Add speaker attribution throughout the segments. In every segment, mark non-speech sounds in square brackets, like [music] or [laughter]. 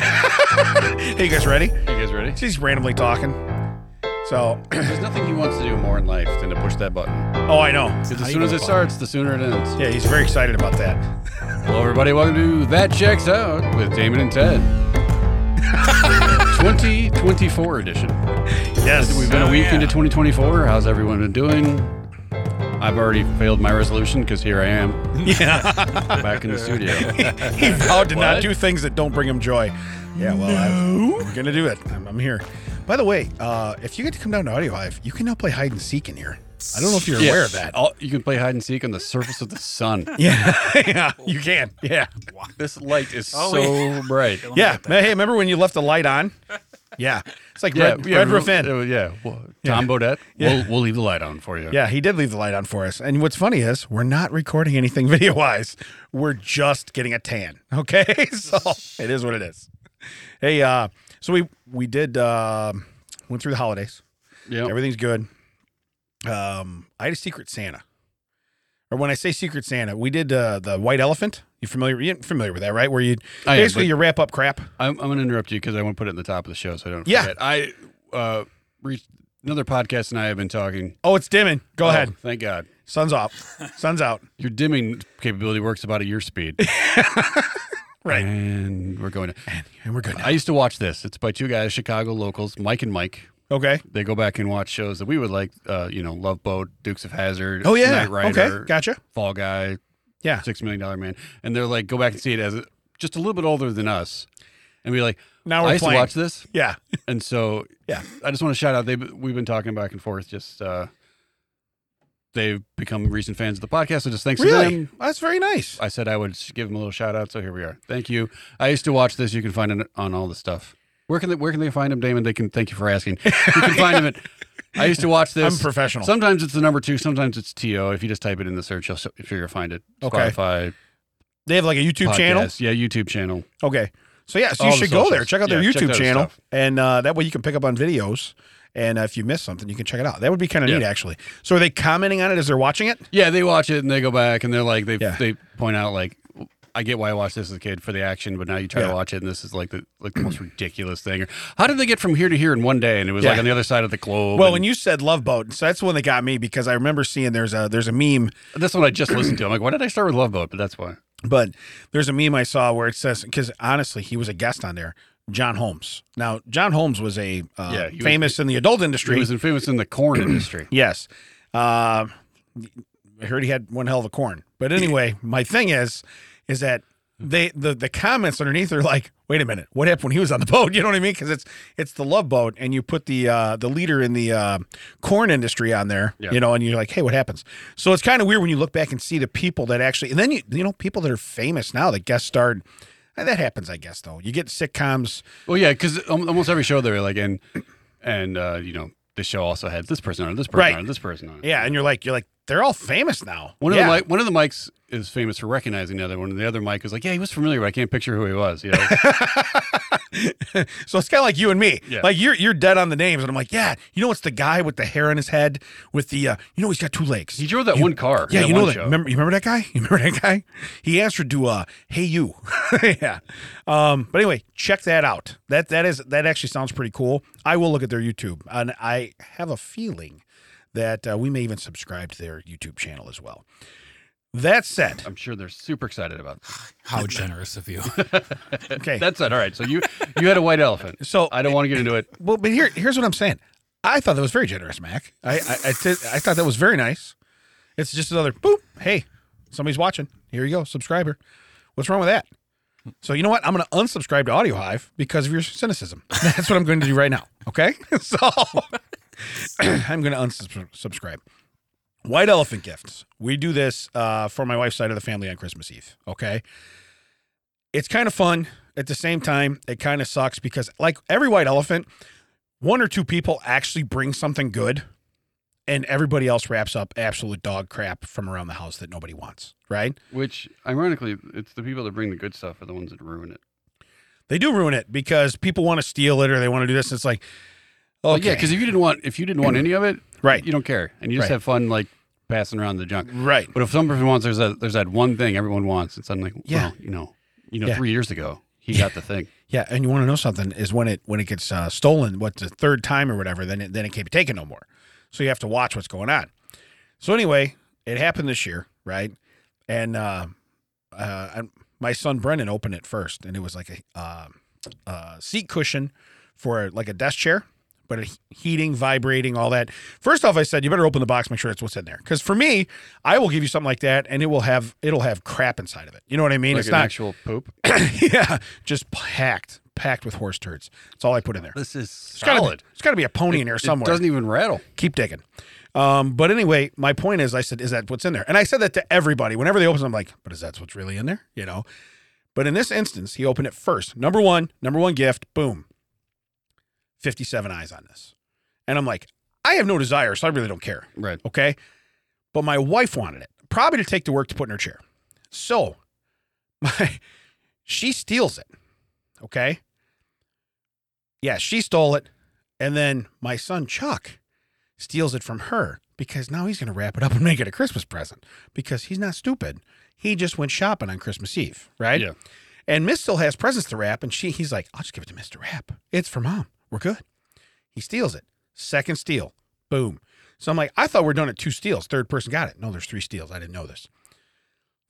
Speaker 1: Hey, you guys ready?
Speaker 2: You guys ready?
Speaker 1: She's randomly talking. So,
Speaker 2: [clears throat]
Speaker 1: [clears throat]
Speaker 2: There's nothing he wants to do more in life than to push that button.
Speaker 1: oh, I know.
Speaker 2: Because
Speaker 3: How
Speaker 2: as
Speaker 3: you
Speaker 2: soon as
Speaker 3: gonna
Speaker 2: it
Speaker 3: find
Speaker 2: starts, the sooner it ends.
Speaker 1: Yeah, he's very excited about that.
Speaker 2: Hello, everybody. Welcome to That Checks Out with Damon and [laughs] Ted. 2024 edition.
Speaker 1: Yes.
Speaker 2: We've been
Speaker 3: Oh,
Speaker 2: a week
Speaker 3: yeah.
Speaker 2: into 2024. How's everyone been doing? I've already failed my resolution because here I [laughs] am
Speaker 1: yeah.
Speaker 2: back in the [laughs] studio.
Speaker 1: he vowed to not
Speaker 2: What?
Speaker 1: do things that don't bring him joy. Yeah, well, I'm, I'm going to do it. I'm, I'm here. By the way, uh, if you get to come down to Audio Hive, you can now play hide and seek in here. I don't know if you're aware of that.
Speaker 2: Oh, you can play hide and seek on the surface of the sun.
Speaker 1: Yeah. [laughs] yeah. You can. Yeah.
Speaker 2: This light is
Speaker 3: Oh,
Speaker 2: so bright.
Speaker 1: Yeah. Hey, remember when you left the light on? Yeah. It's like Red, Red
Speaker 2: we'll-
Speaker 1: Ruffin.
Speaker 2: uh, yeah. Well, Tom Bodette,
Speaker 1: Yeah.
Speaker 2: We'll, we'll leave the light on for you.
Speaker 1: Yeah, he did leave the light on for us. And what's funny is we're not recording anything [laughs] video wise. We're just getting a tan. [laughs] Okay. so it is what it is. Hey, uh, so we we did uh, went through the holidays.
Speaker 2: Yeah.
Speaker 1: Everything's good. Um, I had a secret Santa. Or when I say Secret Santa, we did uh, the White Elephant. You familiar? You familiar with that, right? Where you
Speaker 2: I am,
Speaker 1: basically
Speaker 2: but-
Speaker 1: you wrap up crap.
Speaker 2: I'm, I'm going to interrupt you because I want to put it in the top of the show so I don't
Speaker 1: Yeah.
Speaker 2: forget. I uh, reached another podcast and I have been talking.
Speaker 1: Oh, it's dimming. Go
Speaker 2: Oh,
Speaker 1: ahead.
Speaker 2: Thank God.
Speaker 1: Sun's off. Sun's out.
Speaker 2: Your dimming capability works about at your speed.
Speaker 1: [laughs] Right.
Speaker 2: [laughs] and we're going to.
Speaker 1: And we're good. Now.
Speaker 2: I used to watch this. It's by two guys, Chicago locals, Mike and Mike.
Speaker 1: Okay.
Speaker 2: They go back and watch shows that we would like, uh, you know, Love Boat, Dukes of Hazard.
Speaker 1: Oh yeah.
Speaker 2: Knight Rider,
Speaker 1: Okay. Gotcha.
Speaker 2: Fall Guy,
Speaker 1: Yeah.
Speaker 2: Six Million Dollar Man, and they're like, go back and see it as a, just a little bit older than us, and be like,
Speaker 1: Now we're
Speaker 2: I used
Speaker 1: playing.
Speaker 2: to watch this,
Speaker 1: Yeah.
Speaker 2: and so
Speaker 1: Yeah.
Speaker 2: I just want to shout out. They we've been talking back and forth. Just uh, they've become recent fans of the podcast, so just thanks to
Speaker 1: Really?
Speaker 2: them.
Speaker 1: That's very nice.
Speaker 2: I said I would sh- give them a little shout out, so here we are. Thank you. I used to watch this. You can find it on all the stuff. Where can they Where can they find him, Damon? They can. Thank you for asking. You can find him at. I used to watch
Speaker 1: [laughs] I'm
Speaker 2: this.
Speaker 1: professional.
Speaker 2: Sometimes it's the number two. Sometimes it's to. If you just type it in the search, you'll s- you'll find it.
Speaker 1: Okay.
Speaker 2: Spotify,
Speaker 1: they have like a YouTube channel.
Speaker 2: Podcast. Yeah, YouTube channel.
Speaker 1: Okay. So yeah, so you
Speaker 2: All the
Speaker 1: should go there.
Speaker 2: socials.
Speaker 1: Check out their
Speaker 2: Yeah, check
Speaker 1: YouTube
Speaker 2: out their
Speaker 1: channel,
Speaker 2: stuff.
Speaker 1: and uh, that way you can pick up on videos. And uh, if you miss something, you can check it out. That would be kind of neat,
Speaker 2: Yeah.
Speaker 1: actually. So are they commenting on it as they're watching it?
Speaker 2: Yeah, they watch it and they go back and they're like they
Speaker 1: Yeah.
Speaker 2: they point out like I get why I watched this as a kid for the action, but now you try
Speaker 1: Yeah.
Speaker 2: to watch it and this is like the like the most ridiculous thing. Or how did they get from here to here in one day? And it was
Speaker 1: Yeah.
Speaker 2: like on the other side of the globe.
Speaker 1: Well,
Speaker 2: and
Speaker 1: when you said Love Boat, so that's the one that got me because I remember seeing there's a there's a meme,
Speaker 2: this one I just listened to. I'm like, why did I start with Love Boat? But that's why.
Speaker 1: but there's a meme I saw where it says because honestly he was a guest on there, John Holmes. Now John Holmes was a uh,
Speaker 2: Yeah, he was-
Speaker 1: famous in the adult
Speaker 2: He
Speaker 1: industry.
Speaker 2: was famous in the
Speaker 1: [clears throat]
Speaker 2: corn industry.
Speaker 1: Yes. Uh, I heard he had one hell of a corn. But
Speaker 2: [laughs]
Speaker 1: anyway, my thing is, is that they the the comments underneath are like, wait a minute, what happened when he was on the [laughs] boat? You know what I mean? Because it's it's the love boat, and you put the uh, the leader in the uh, corn industry on there,
Speaker 2: Yeah.
Speaker 1: you know, and you're like, hey, what happens? So it's kind of weird when you look back and see the people that actually, and then you you know people that are famous now that guest starred. and That happens, I guess. Though you get sitcoms,
Speaker 2: Well, yeah, because almost every show they were like and and uh, you know the show also had this person on it, this person
Speaker 1: Right.
Speaker 2: on it, this person on it.
Speaker 1: yeah, and you're like, you're like, they're all famous now.
Speaker 2: One
Speaker 1: yeah.
Speaker 2: of the mic, one of the mics is famous for recognizing the other one, and the other mic was like, "Yeah, he was familiar, but I can't picture who he
Speaker 1: [laughs]
Speaker 2: was." You know,
Speaker 1: So it's kind of like you and me.
Speaker 2: Yeah.
Speaker 1: Like you're you're dead on the names, and I'm like, yeah, you know, it's the guy with the hair on his head with the, uh, you know, he's got two legs.
Speaker 2: he drove that one car.
Speaker 1: yeah, you
Speaker 2: one
Speaker 1: know that.
Speaker 2: show.
Speaker 1: Remember, you remember that guy? [laughs] You remember that guy? He answered to, uh, "Hey you." [laughs] yeah. Um, but anyway, check that out. That that is that actually sounds pretty cool. I will look at their YouTube, and I have a feeling that uh, we may even subscribe to their YouTube channel as well. That said,
Speaker 2: I'm sure they're super excited about this.
Speaker 1: [laughs]
Speaker 3: How generous of you.
Speaker 2: [laughs]
Speaker 1: okay.
Speaker 2: That's it. All right. So you you had a white
Speaker 1: [laughs]
Speaker 2: elephant.
Speaker 1: so
Speaker 2: I don't want to get into it.
Speaker 1: Well, but here, here's what I'm saying. I thought that was very generous, Mac. I, I, I, t- I thought that was very nice. It's just another boop. Hey, somebody's watching. Here you go, subscriber. What's wrong with that? So you know what? I'm going to unsubscribe to Audio Hive because of your cynicism. [laughs] That's what I'm going to do right now. Okay, [laughs] so [clears throat] I'm going to unsubscribe. White elephant gifts. We do this uh, for my wife's side of the family on Christmas Eve. Okay, it's kind of fun. At the same time, it kind of sucks because, like every white elephant, one or two people actually bring something good and everybody else wraps up absolute dog crap from around the house that nobody wants, right?
Speaker 2: Which, ironically, it's the people that bring the good stuff are the ones that ruin it.
Speaker 1: They do ruin it because people want to steal it or they want to do this. And it's like, oh,
Speaker 2: But yeah, because if you didn't want if you didn't want any of it,
Speaker 1: Right.
Speaker 2: you don't care, and you just
Speaker 1: Right.
Speaker 2: have fun like passing around the junk.
Speaker 1: right.
Speaker 2: But if someone wants, there's that there's that one thing everyone wants. It's I'm like,
Speaker 1: Yeah.
Speaker 2: well, you know, you know,
Speaker 1: Yeah.
Speaker 2: three years ago. he got the thing.
Speaker 1: Yeah, and you want to know something is when it when it gets uh, stolen, what the third time or whatever, then it, then it can't be taken no more. So you have to watch what's going on. So anyway, it happened this year, right? And uh, uh, I, my son Brennan opened it first, and it was like a uh, uh, seat cushion for like a desk chair, but it heating, vibrating, all that. First off, I said you better open the box, make sure it's what's in there, because for me, I will give you something like that, and it will have it'll have crap inside of it. You know what I mean?
Speaker 2: Like
Speaker 1: it's
Speaker 2: an
Speaker 1: not
Speaker 2: actual poop.
Speaker 1: [coughs] yeah, just packed, packed with horse turds. That's all I put in there.
Speaker 2: This is
Speaker 1: It's gotta be-
Speaker 2: solid.
Speaker 1: it's got to be a pony in there
Speaker 2: It
Speaker 1: somewhere.
Speaker 2: doesn't even rattle.
Speaker 1: Keep digging. Um, but anyway, my point is, I said, is that what's in there? And I said that to everybody. Whenever they open, it, I'm like, but is that what's really in there? You know. But in this instance, he opened it first. Number one, number one gift. Boom. Fifty-seven eyes on this, and I'm like, I have no desire, so I really don't care.
Speaker 2: Right.
Speaker 1: Okay. But my wife wanted it, probably to take to work to put in her chair. So [laughs] my she steals it. Okay. Yeah, she stole it. And then my son Chuck steals it from her because now he's gonna wrap it up and make it a Christmas present. Because he's not stupid. He just went shopping on Christmas Eve, right?
Speaker 2: Yeah.
Speaker 1: And Miss still has presents to wrap, and she he's like, I'll just give it to Mr. Wrap. It's for mom. We're good. He steals it. Second steal. Boom. So I'm like, I thought we are done at two steals. Third person got it. No, there's three steals. I didn't know this.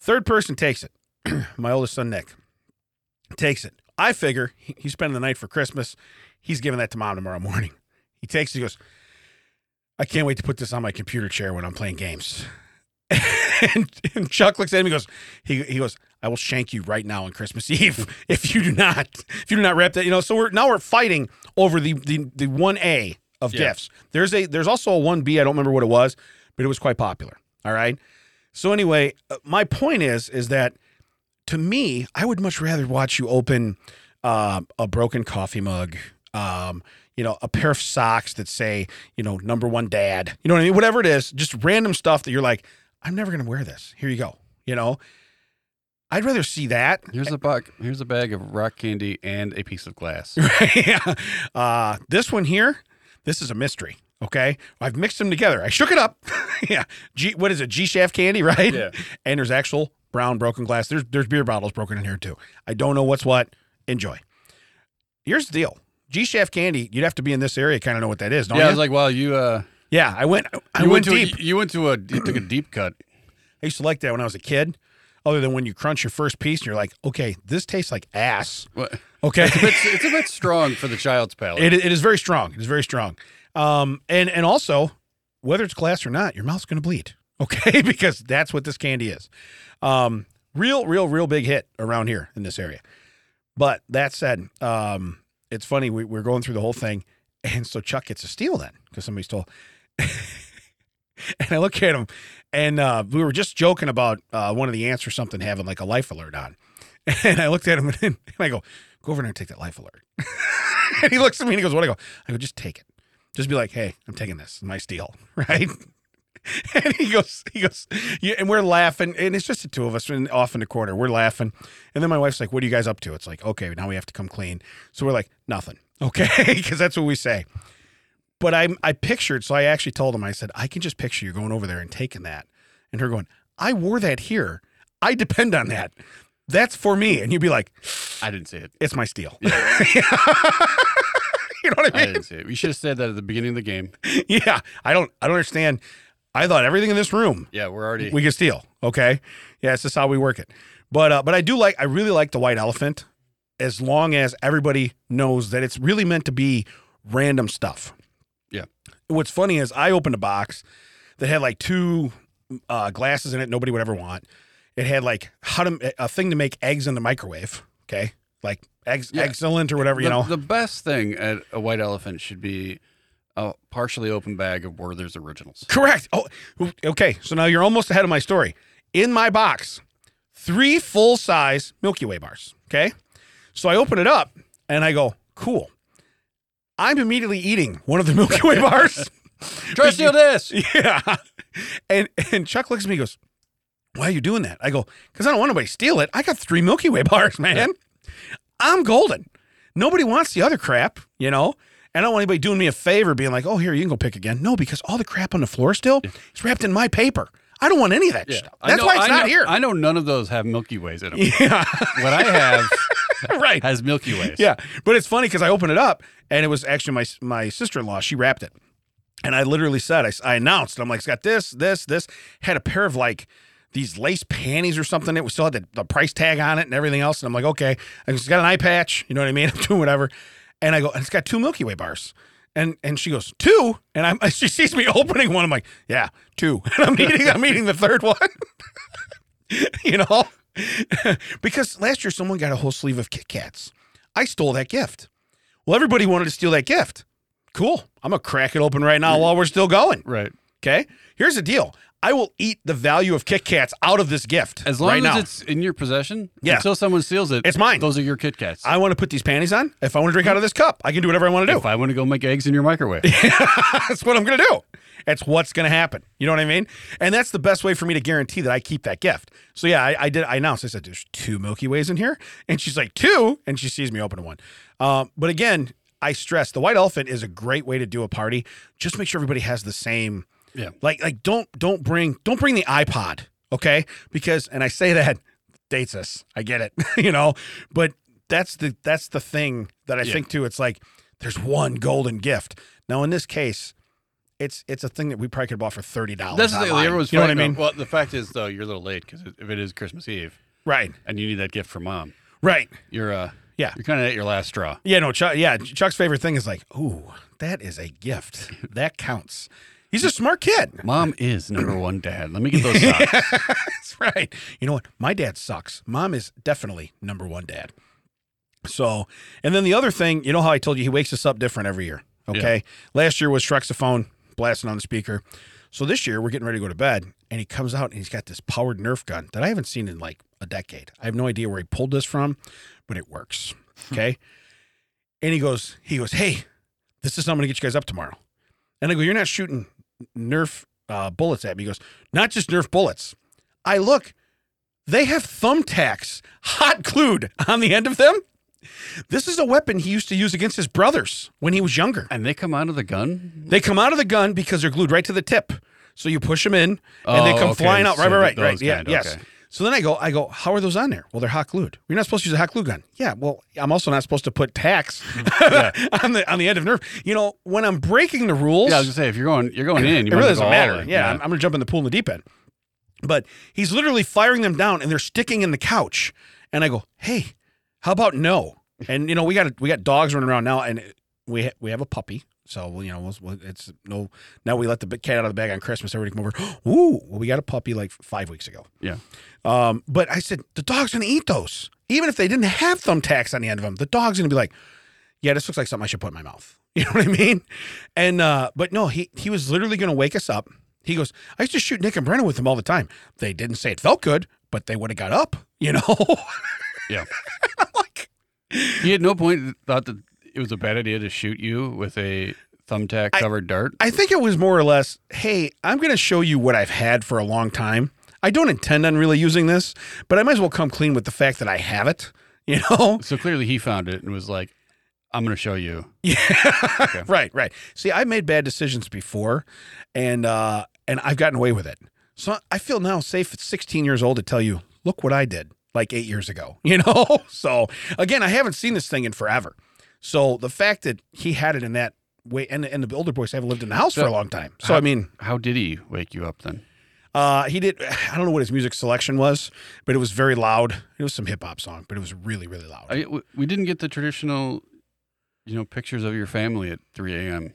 Speaker 1: Third person takes it. [clears throat] My oldest son, Nick, takes it. I figure he- he's spending the night for Christmas. He's giving that to mom tomorrow morning. He takes it. He goes, I can't wait to put this on my computer chair when I'm playing games. [laughs] and, and Chuck looks at him. He goes, he, he goes, I will shank you right now on Christmas [laughs] Eve if you do not if you do not wrap that. You know, so we're now we're fighting over the the the one A of
Speaker 2: Yeah.
Speaker 1: gifts. There's a there's also a one B. I don't remember what it was, but it was quite popular. All right. So anyway, uh, my point is is that to me, I would much rather watch you open uh, a broken coffee mug, um, you know, a pair of socks that say, you know, number one dad, you know what I mean? Whatever it is, just random stuff that you're like, I'm never going to wear this. Here you go. You know, I'd rather see that.
Speaker 2: Here's a buck. Here's a bag of rock candy and a piece of glass.
Speaker 1: [laughs] yeah. Uh, this one here, this is a mystery. Okay. I've mixed them together. I shook it up. [laughs] yeah. G, what is it? G shaft candy, [laughs] right?
Speaker 2: Yeah.
Speaker 1: And there's actual brown broken glass. There's there's beer bottles broken in here too. I don't know what's what. Enjoy. Here's the deal. G shaft candy, you'd have to be in this area, kind of know what that is, don't
Speaker 2: yeah, I
Speaker 1: you?
Speaker 2: was like, wow, you uh,
Speaker 1: yeah, I went I
Speaker 2: you
Speaker 1: went,
Speaker 2: to
Speaker 1: deep.
Speaker 2: A, you went to a you
Speaker 1: [clears throat]
Speaker 2: took a deep cut.
Speaker 1: I used to like that when I was a kid. Other than when you crunch your first piece and you're like, okay, this tastes like
Speaker 2: [laughs]
Speaker 1: ass.
Speaker 2: What?
Speaker 1: Okay.
Speaker 2: It's, it's a bit strong for the child's palate.
Speaker 1: It, it is very strong. It is very strong. Um, and and also, whether it's glass or not, your mouth's going to bleed. [laughs] Okay, because that's what this candy is. Um, real, real, real big hit around here in this area. But that said, um, it's funny. We, we're going through the whole thing, and so Chuck gets a steal then because somebody stole. [laughs] and I look at him, and uh, we were just joking about uh, one of the ants or something having like a life alert on, [laughs] and I looked at him [laughs] and, and I go, "Go over there and take that life alert." [laughs] and he looks at me and he goes, "What?" I go, "I go, just take it. Just be like, hey, I'm taking this. My steal, [laughs] right?" And he goes, he goes, yeah, and we're laughing, and it's just the two of us, and off in the corner, we're laughing, and then my wife's like, "What are you guys up to?" It's like, okay, now we have to come clean, so we're like, nothing, [laughs] okay, because that's what we say. But I, I pictured, so I actually told him, I said, I can just picture you going over there and taking that, and her going, I wore that here, I depend on that, that's for me, and you'd be like,
Speaker 2: I didn't see it.
Speaker 1: it's my steal. [laughs] you know what I
Speaker 2: I
Speaker 1: mean?
Speaker 2: didn't see it. You should have said that at the beginning of the game.
Speaker 1: yeah. I don't I don't understand. I thought everything in this room
Speaker 2: Yeah, we're already.
Speaker 1: we could steal. Okay. Yeah, it's just how we work it. But uh, but I do like I really like the white elephant as long as everybody knows that it's really meant to be random stuff.
Speaker 2: Yeah.
Speaker 1: What's funny is I opened a box that had like two uh, glasses in it nobody would ever want. It had like how to a thing to make eggs in the microwave. Okay. Like eggs,
Speaker 2: Yeah.
Speaker 1: excellent or whatever, you
Speaker 2: the,
Speaker 1: know.
Speaker 2: the best thing at a white elephant should be a partially open bag of
Speaker 1: [laughs]
Speaker 2: Werther's originals.
Speaker 1: Correct. Oh, okay. So now you're almost ahead of my story. In my box, three full size Milky Way bars. Okay. So I open it up and I go, cool. I'm immediately eating one of the [laughs] Milky Way bars.
Speaker 2: Try to steal this.
Speaker 1: [laughs] yeah. And and Chuck looks at me and goes, Why are you doing that? I go, Because I don't want nobody to steal it. I got three Milky Way bars, man. I'm golden. Nobody wants the other crap, you know? And I don't want anybody doing me a favor being like, oh, here, you can go pick again. No, because all the crap on the floor still is wrapped in my paper. I don't want any of that
Speaker 2: Yeah.
Speaker 1: stuff.
Speaker 2: I
Speaker 1: That's [laughs]
Speaker 2: know-
Speaker 1: why it's
Speaker 2: I
Speaker 1: not
Speaker 2: know-
Speaker 1: here. [laughs]
Speaker 2: I know none of those have Milky Ways in them.
Speaker 1: yeah.
Speaker 2: what I have
Speaker 1: right.
Speaker 2: has Milky Ways.
Speaker 1: Yeah, but it's funny because I opened it up and it was actually my my sister in law. She wrapped it, and I literally said I, I announced I'm like it's got this this this had a pair of like these lace panties or something. It was still had the, the price tag on it and everything else. And I'm like okay, I just got an eye patch. You know what I mean? [laughs] I'm doing whatever, and I go and it's got two Milky Way bars. And, and she goes two, and I'm [laughs] she sees me opening one. I'm like, yeah, two, [laughs] and I'm eating I'm eating the third one, [laughs] you know, because last year someone got a whole sleeve of Kit Kats. I stole that gift. Well, everybody wanted to steal that gift. Cool. I'm gonna crack it open right now while we're still going.
Speaker 2: Right.
Speaker 1: Okay. Here's the deal. I will eat the value of Kit Kats out of this gift
Speaker 2: As long
Speaker 1: right
Speaker 2: as
Speaker 1: now.
Speaker 2: it's in your possession,
Speaker 1: Yeah.
Speaker 2: until someone steals it,
Speaker 1: It's mine.
Speaker 2: Those are your Kit Kats.
Speaker 1: I want to put these panties on. If I want to drink out of this cup, I can do whatever I want to do.
Speaker 2: if I want to go make eggs in
Speaker 1: [laughs]
Speaker 2: your microwave,
Speaker 1: that's what I'm going to do. That's what's going to happen. You know what I mean? And that's the best way for me to guarantee that I keep that gift. So yeah, I, I did. I announced. I said, "There's two Milky Ways in here," and she's like, two? and she sees me open one. Um, but again, I stress the white elephant is a great way to do a party. Just make sure everybody has the same.
Speaker 2: Yeah.
Speaker 1: Like like don't don't bring don't bring the iPod, okay? Because and I say that dates us. I get it, [laughs] you know, but that's the that's the thing that I
Speaker 2: Yeah.
Speaker 1: think too. It's like there's one golden gift. Now in this case, it's it's a thing that we probably could have bought for thirty dollars.
Speaker 2: that's the thing. Everyone's
Speaker 1: you know what I
Speaker 2: fighting
Speaker 1: mean?
Speaker 2: about- Well, the fact is though, you're a little late because if it is Christmas Eve
Speaker 1: right,
Speaker 2: and you need that gift from mom,
Speaker 1: right.
Speaker 2: you're uh,
Speaker 1: Yeah.
Speaker 2: you're kind of at your last straw.
Speaker 1: Yeah, no, Chuck. Yeah, Chuck's favorite thing is like, ooh, that is a gift. That counts. He's a smart kid.
Speaker 2: Mom is number one dad. Let me get those
Speaker 1: [laughs]
Speaker 2: socks.
Speaker 1: That's right. You know what? My dad sucks. Mom is definitely number one dad. So, and then the other thing, you know how I told you he wakes us up different every year. Okay. Last year was Trexophone blasting on the speaker. So this year we're getting ready to go to bed and he comes out and he's got this powered Nerf gun that I haven't seen in like a decade. I have no idea where he pulled this from, but it works. Okay. and he goes, he goes, hey, this is how I'm going to get you guys up tomorrow. And I go, you're not shooting Nerf uh, bullets at me. He goes, not just Nerf bullets. I look, they have thumbtacks hot glued on the end of them. This is a weapon he used to use against his brothers when he was younger.
Speaker 2: and they come out of the gun.
Speaker 1: They come out of the gun because they're glued right to the tip. So you push them in and
Speaker 2: Oh,
Speaker 1: they come
Speaker 2: okay.
Speaker 1: flying out. Right,
Speaker 2: So
Speaker 1: right, right,
Speaker 2: those
Speaker 1: right. Yeah,
Speaker 2: kind,
Speaker 1: yes.
Speaker 2: okay.
Speaker 1: So then I go, I go, how are those on there? Well, they're hot glued. You're not supposed to use a hot glue gun. Yeah, well, I'm also not supposed to put
Speaker 2: [laughs]
Speaker 1: tacks [laughs] on the on the end of nerve. You know, when I'm breaking the rules,
Speaker 2: Yeah, I was gonna say if you're going, you're going in. You
Speaker 1: it
Speaker 2: might
Speaker 1: really
Speaker 2: as
Speaker 1: doesn't
Speaker 2: well go all
Speaker 1: matter.
Speaker 2: in.
Speaker 1: Yeah, I'm, I'm gonna jump in the pool in the deep end. But he's literally firing them down, and they're sticking in the couch. And I go, "Hey, how about no?" And you know, we got we got dogs running around now, and we ha- we have a puppy. So well, you know, we'll- we'll- it's no. Now we let the big cat out of the bag on Christmas. Everybody come over. [gasps] Ooh, well, we got a puppy like five weeks ago.
Speaker 2: yeah.
Speaker 1: Um, but I said the dog's gonna eat those, even if they didn't have thumbtacks on the end of them. The dog's gonna be like, "Yeah, this looks like something I should put in my mouth." [laughs] You know what I mean? And uh, but no, he he was literally gonna wake us up. He goes, "I used to shoot Nick and Brennan with them all the time. They didn't say it felt good, but they would have got up." [laughs] You know?
Speaker 2: Yeah.
Speaker 1: I'm like,
Speaker 2: He at no point thought that it was a bad idea to shoot you with a thumbtack covered dart.
Speaker 1: I think it was more or less, "Hey, I'm gonna show you what I've had for a long time. I don't intend on really using this, but I might as well come clean with the fact that I have it." [laughs] You know?
Speaker 2: So clearly he found it and was like, "I'm going to show you."
Speaker 1: Right, right. See, I've made bad decisions before, and uh, and I've gotten away with it. So I feel now safe at 16 years old to tell you, look what I did like eight years ago. [laughs] You know. So again, I haven't seen this thing in forever. So the fact that he had it in that way, and and the older boys haven't lived in the house for a long time. So I mean,
Speaker 2: How did he wake you up then?
Speaker 1: uh, he did. [sighs] I don't know what his music selection was, but it was very loud. It was some hip hop song, but it was really, really loud.
Speaker 2: I, w- we didn't get the traditional, you know, pictures of your family at 3 a.m.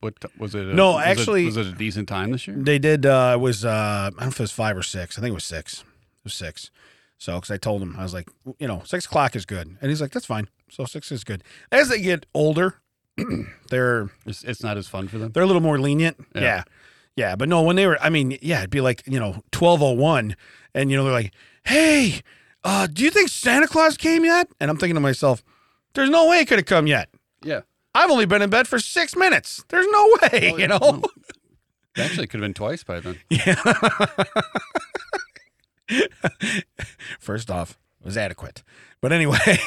Speaker 2: What t- was it? A,
Speaker 1: No,
Speaker 2: was
Speaker 1: actually-
Speaker 2: it, was it a decent time this year?
Speaker 1: They did. Uh, it was uh, I don't know if it was five or six. I think it was six. It was six. So, because I told him, I was like, you know, six o'clock is good, and he's like, that's fine. So six is good. As they get older, [clears throat] they're
Speaker 2: It's, it's not as fun for them.
Speaker 1: they're a little more lenient.
Speaker 2: Yeah.
Speaker 1: Yeah. yeah, But no, when they were, I mean, yeah, it'd be like you know twelve oh one, and you know they're like, hey, uh, do you think Santa Claus came yet? And I'm thinking to myself, there's no way it could have come yet.
Speaker 2: Yeah,
Speaker 1: I've only been in bed for six minutes. There's no way,
Speaker 2: Oh,
Speaker 1: you know.
Speaker 2: no. actually, it could have been twice by
Speaker 1: [laughs]
Speaker 2: then.
Speaker 1: Yeah. First off, it was adequate. But anyway, [laughs]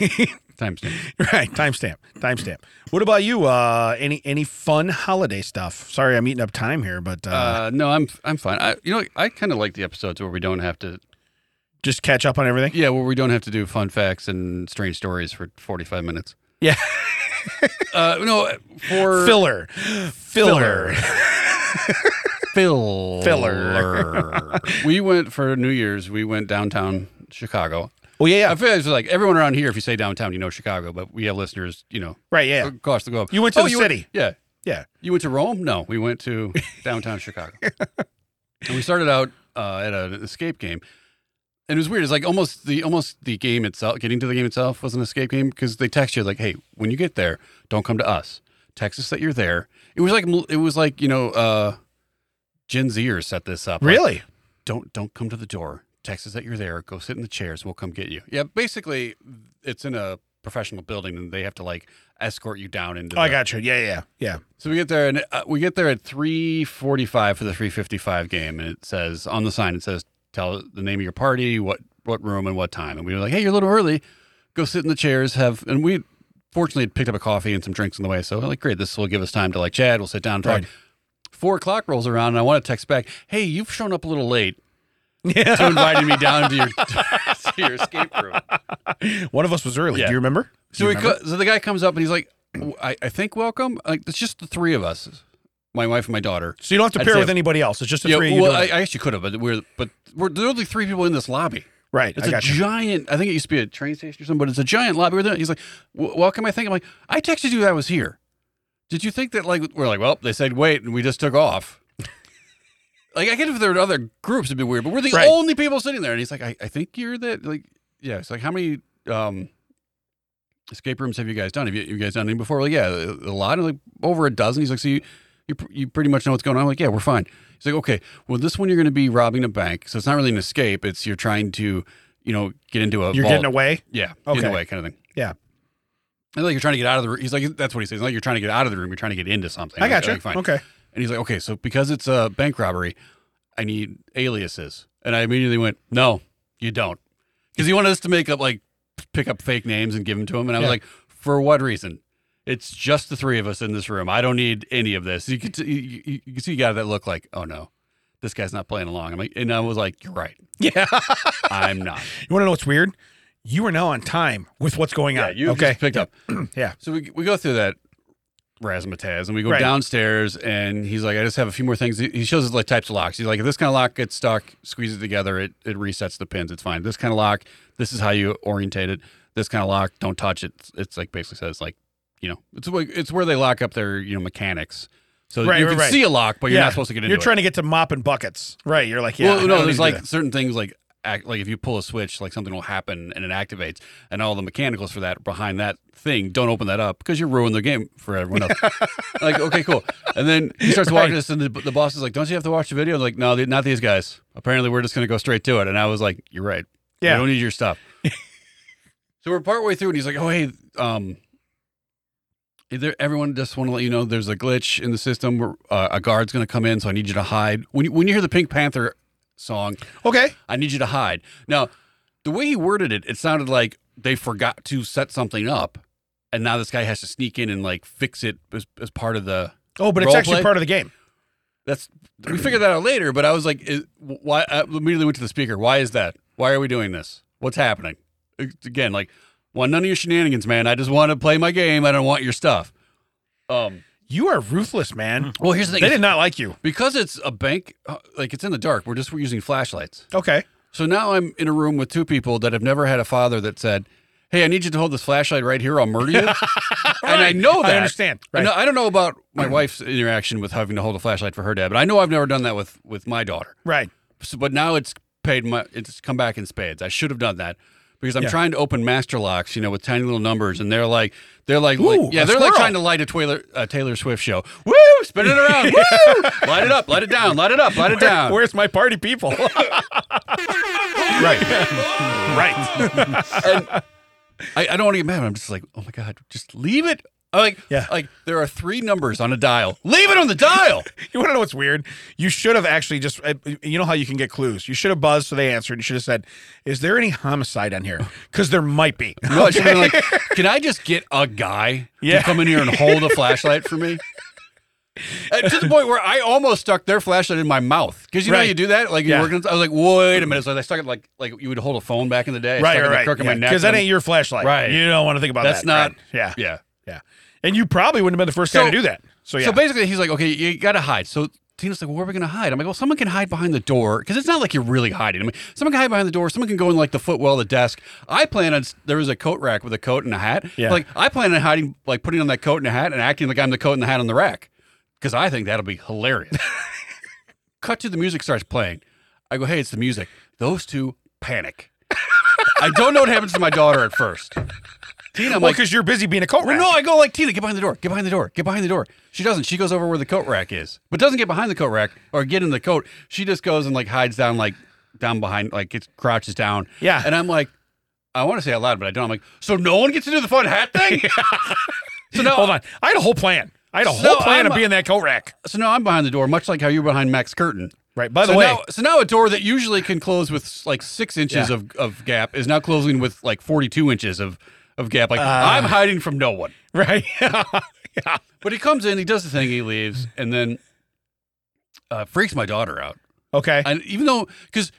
Speaker 2: Times two.
Speaker 1: right, timestamp, timestamp. What about you? Uh, any any fun holiday stuff? Sorry, I'm eating up time here, but uh,
Speaker 2: Uh, no, I'm I'm fine. I, you know, I kind of like the episodes where we don't have to
Speaker 1: Just catch up on everything.
Speaker 2: Yeah, well, we don't have to do fun facts and strange stories for 45 minutes.
Speaker 1: Yeah.
Speaker 2: [laughs] Uh, no, for
Speaker 1: Filler. Filler.
Speaker 2: [laughs] Fill.
Speaker 1: Filler.
Speaker 2: [laughs] we went for New Year's. We went downtown Chicago.
Speaker 1: Well, yeah,
Speaker 2: I
Speaker 1: yeah.
Speaker 2: feel like, it's like everyone around here, if you say downtown, you know Chicago, but we have listeners, you know,
Speaker 1: Right, yeah.
Speaker 2: across the globe. Oh,
Speaker 1: You went to the
Speaker 2: went-
Speaker 1: city.
Speaker 2: yeah.
Speaker 1: Yeah.
Speaker 2: You went to Rome? No, we
Speaker 1: [laughs]
Speaker 2: went to downtown Chicago. And we started out uh, at an escape game. And it was weird. It's like almost the almost the game itself, getting to the game itself was an escape game because they text you like, "Hey, when you get there, don't come to us. Text us that you're there." It was like it was like you know, uh, Gen Zers set this up. Like,
Speaker 1: Really?
Speaker 2: don't don't come to the door. Text us that you're there. Go sit in the chairs. We'll come get you. Yeah, basically, it's in a professional building, and they have to like escort you down into.
Speaker 1: Oh, I
Speaker 2: the-
Speaker 1: got you. Yeah, yeah, yeah.
Speaker 2: So we get there, and uh, we get there at three forty-five for the three fifty-five game, and it says on the sign, it says, "Tell the name of your party, what what room, and what time." And we were like, "Hey, you're a little early. Go sit in the chairs. Have." And we fortunately had picked up a coffee and some drinks on the way, so we're like, "Great, this will give us time to like chat. We'll sit down and talk."
Speaker 1: Right.
Speaker 2: Four o'clock rolls around, and I want to text back, "Hey, you've shown up a little late."
Speaker 1: Yeah.
Speaker 2: to inviting me down to your [laughs] to your escape room.
Speaker 1: [laughs] One of us was early.
Speaker 2: Yeah.
Speaker 1: Do you remember?
Speaker 2: So we co- so the guy comes up and he's like, "W- I, I think welcome. Like it's just the three of us, my wife and my daughter.
Speaker 1: So you don't have to
Speaker 2: I'd
Speaker 1: pair
Speaker 2: say-
Speaker 1: with anybody else. It's just the
Speaker 2: Yeah,
Speaker 1: three of you.
Speaker 2: well,
Speaker 1: doing
Speaker 2: I,
Speaker 1: it.
Speaker 2: I actually could have, but we're but we're there are only three people in this lobby.
Speaker 1: right.
Speaker 2: It's
Speaker 1: I
Speaker 2: a
Speaker 1: got you.
Speaker 2: giant. I think it used to be a train station or something, but it's a giant lobby. We're there. He's like, "W- "Welcome." I think I'm like, "I texted you that I was here. Did you think that like we're like, well, they said wait, and we just took
Speaker 1: [laughs]
Speaker 2: off." like I get if there were other groups, it'd be weird, but we're the
Speaker 1: Right.
Speaker 2: only people sitting there. And he's like, "I, I think you're that." Like, yeah. It's like how many um escape rooms have you guys done? Have you, you guys done any before? Like, yeah, a, a lot, like over a dozen. He's like, so you, you, pr- you pretty much know what's going on. I'm like, yeah, we're fine. He's like, okay, well, this one you're going to be robbing a bank, so it's not really an escape. It's you're trying to, you know, get into a
Speaker 1: You're
Speaker 2: vault.
Speaker 1: getting away.
Speaker 2: yeah,
Speaker 1: Okay.
Speaker 2: getting away kind of thing.
Speaker 1: Yeah.
Speaker 2: And like you're trying to get out of the room. He's like, that's what he says. Like you're trying to get out of the room. You're trying to get into something.
Speaker 1: I
Speaker 2: I'm
Speaker 1: got
Speaker 2: like,
Speaker 1: you.
Speaker 2: "Okay, fine. [laughs]
Speaker 1: Okay.
Speaker 2: And he's like, okay, so because it's a bank robbery, I need aliases. And I immediately went, no, you don't. Because he wanted us to make up, like, pick up fake names and give them to him. And I was
Speaker 1: Yeah.
Speaker 2: like, for what reason? It's just the three of us in this room. I don't need any of this. You could, you, you, you could see a guy that looked like, oh no, this guy's not playing along. I'm like, and I was like, you're right.
Speaker 1: Yeah.
Speaker 2: I'm not.
Speaker 1: You want to know what's weird? You are now on time with what's going on.
Speaker 2: you
Speaker 1: okay.
Speaker 2: just picked up.
Speaker 1: [clears throat] Yeah.
Speaker 2: So we, we go through that razzmatazz and we go
Speaker 1: Right.
Speaker 2: downstairs and he's like, I just have a few more things. He he shows us like types of locks. He's like, if this kind of lock gets stuck, squeeze it together, it, it resets the pins. It's fine. This kind of lock, this is how you orientate it. This kind of lock, don't touch it. It's, it's like basically says like, you know, it's like it's where they lock up their you know mechanics. So
Speaker 1: Right,
Speaker 2: you
Speaker 1: right,
Speaker 2: can
Speaker 1: right.
Speaker 2: see a lock, but you're
Speaker 1: Yeah.
Speaker 2: not supposed to get into
Speaker 1: You're
Speaker 2: it.
Speaker 1: trying to get to mop and buckets. Right. You're like, yeah. I
Speaker 2: well,
Speaker 1: don't
Speaker 2: no,
Speaker 1: need
Speaker 2: there's
Speaker 1: to do
Speaker 2: like
Speaker 1: that.
Speaker 2: certain things like act, like if you pull a switch, like something will happen and it activates, and all the mechanicals for that behind that thing don't open that up because you ruin the game for everyone
Speaker 1: [laughs]
Speaker 2: else. like, okay, cool. And then he starts watching this, and the, the boss is like, "Don't you have to watch the video?" I'm like, no, they- not these guys. Apparently, we're just gonna go straight to it. And I was like, "You're right.
Speaker 1: Yeah.
Speaker 2: I don't need
Speaker 1: [laughs]
Speaker 2: your stuff." so we're partway through, and he's like, "Oh, hey, um." There, everyone just want to let you know there's a glitch in the system. We're- Uh, a guard's going to come in, so I need you to hide. When you, when you hear the Pink Panther song,
Speaker 1: okay.
Speaker 2: I need you to hide. Now, the way he worded it, it sounded like they forgot to set something up, and now this guy has to sneak in and like fix it as, as part of the.
Speaker 1: Oh, but it's
Speaker 2: Role
Speaker 1: actually
Speaker 2: play?
Speaker 1: part of the game.
Speaker 2: That's we figured that out later, but I was like, is, why? I immediately went to the speaker. Why is that? Why are we doing this? What's happening? Again, like, well, none of your shenanigans, man. I just want to play my game. I don't want your stuff. Um.
Speaker 1: You are ruthless, man.
Speaker 2: Well, here's the
Speaker 1: They did not like you.
Speaker 2: because it's a bank, uh, like it's in the dark. We're just we're using flashlights.
Speaker 1: Okay.
Speaker 2: So now I'm in a room with two people that have never had a father that said, "Hey, I need you to hold this flashlight right here.
Speaker 1: [laughs]
Speaker 2: I'll murder you." and I know that.
Speaker 1: I understand.
Speaker 2: I
Speaker 1: Right. Mm-hmm.
Speaker 2: know- I don't know about my wife's interaction with having to hold a flashlight for her dad, but I know I've never done that with with my daughter.
Speaker 1: Right.
Speaker 2: So, but now it's paid my it's come back in spades. I should have done that because I'm
Speaker 1: Yeah.
Speaker 2: trying to open master locks, you know, with tiny little numbers, and they're like they're like,
Speaker 1: Ooh,
Speaker 2: like- yeah,
Speaker 1: a
Speaker 2: they're like
Speaker 1: squirrel.
Speaker 2: trying to light a Taylor uh, Taylor Swift show. Woo, spin
Speaker 1: [laughs]
Speaker 2: it around. Woo, light it up, light it down, light it up, light it down.
Speaker 1: Where's my party
Speaker 2: [laughs]
Speaker 1: people? right. [laughs] right.
Speaker 2: I, I don't want to get mad. but I'm just like, oh my god, just leave it. I like,
Speaker 1: Yeah.
Speaker 2: like there are three numbers on a dial. Leave it on the dial.
Speaker 1: You want to know what's weird? You should have actually just, uh, you know how you can get clues. You should have buzzed so they answered. You should have said, Is there any homicide on here? Because there might be.
Speaker 2: [laughs] No, I should have been like, can I just get a guy
Speaker 1: Yeah.
Speaker 2: to come in here and hold a flashlight for me? Uh, to the point where I almost stuck their flashlight in my mouth because you know
Speaker 1: Right.
Speaker 2: how you do that. Like you're
Speaker 1: Yeah.
Speaker 2: working, I was like, wait a minute. So I stuck it like like you would hold a phone back in the day. I stuck it in the crook of my neck.
Speaker 1: Because that
Speaker 2: and-
Speaker 1: ain't your flashlight.
Speaker 2: Right.
Speaker 1: You don't want to think about
Speaker 2: That's
Speaker 1: that.
Speaker 2: not-
Speaker 1: right? Yeah.
Speaker 2: yeah.
Speaker 1: Yeah. And you probably wouldn't have been the first guy
Speaker 2: So-
Speaker 1: to do that. So yeah.
Speaker 2: So basically, he's like, okay, you got to hide. So Tina's like, where are we going to hide? I'm like, well, someone can hide behind the door because it's not like you're really hiding. I mean, someone can hide behind the door. Someone can go in like the footwell of the desk. I plan on, there was a coat rack with a coat and a hat.
Speaker 1: Yeah.
Speaker 2: Like, I plan on hiding, like putting on that coat and a hat and acting like I'm the coat and the hat on the rack because I think that'll be
Speaker 1: [laughs]
Speaker 2: hilarious. Cut to the music starts playing. I go, hey, it's the music. Those two panic. I don't know what happens to my daughter at first. Tina, I'm
Speaker 1: well,
Speaker 2: like,
Speaker 1: because you're busy being a coat
Speaker 2: well,
Speaker 1: rack.
Speaker 2: no, I go like Tina, get behind the door, get behind the door, get behind the door. She doesn't. She goes over where the coat rack is, but doesn't get behind the coat rack or get in the coat. She just goes and like hides down, like down behind, like gets crouches down.
Speaker 1: Yeah.
Speaker 2: And I'm like, I want to say it out loud, but I don't. I'm like, so no one gets to do the fun
Speaker 1: [laughs]
Speaker 2: hat thing. [laughs] so now,
Speaker 1: Hold on. I had a whole plan. I had a
Speaker 2: So
Speaker 1: whole plan
Speaker 2: I'm-
Speaker 1: of being that coat rack.
Speaker 2: so now I'm behind the door, much like how you're behind Max Curtain.
Speaker 1: Right. By the
Speaker 2: so
Speaker 1: way,
Speaker 2: now, so now a door that usually can close with like six inches
Speaker 1: Yeah.
Speaker 2: of, of gap is now closing with like 42 inches of, of gap.
Speaker 1: Uh.
Speaker 2: Like I'm hiding from no one.
Speaker 1: [laughs] right? [laughs]
Speaker 2: But he comes in, he does the thing, he leaves, and then uh, freaks my daughter out.
Speaker 1: okay.
Speaker 2: And even though, because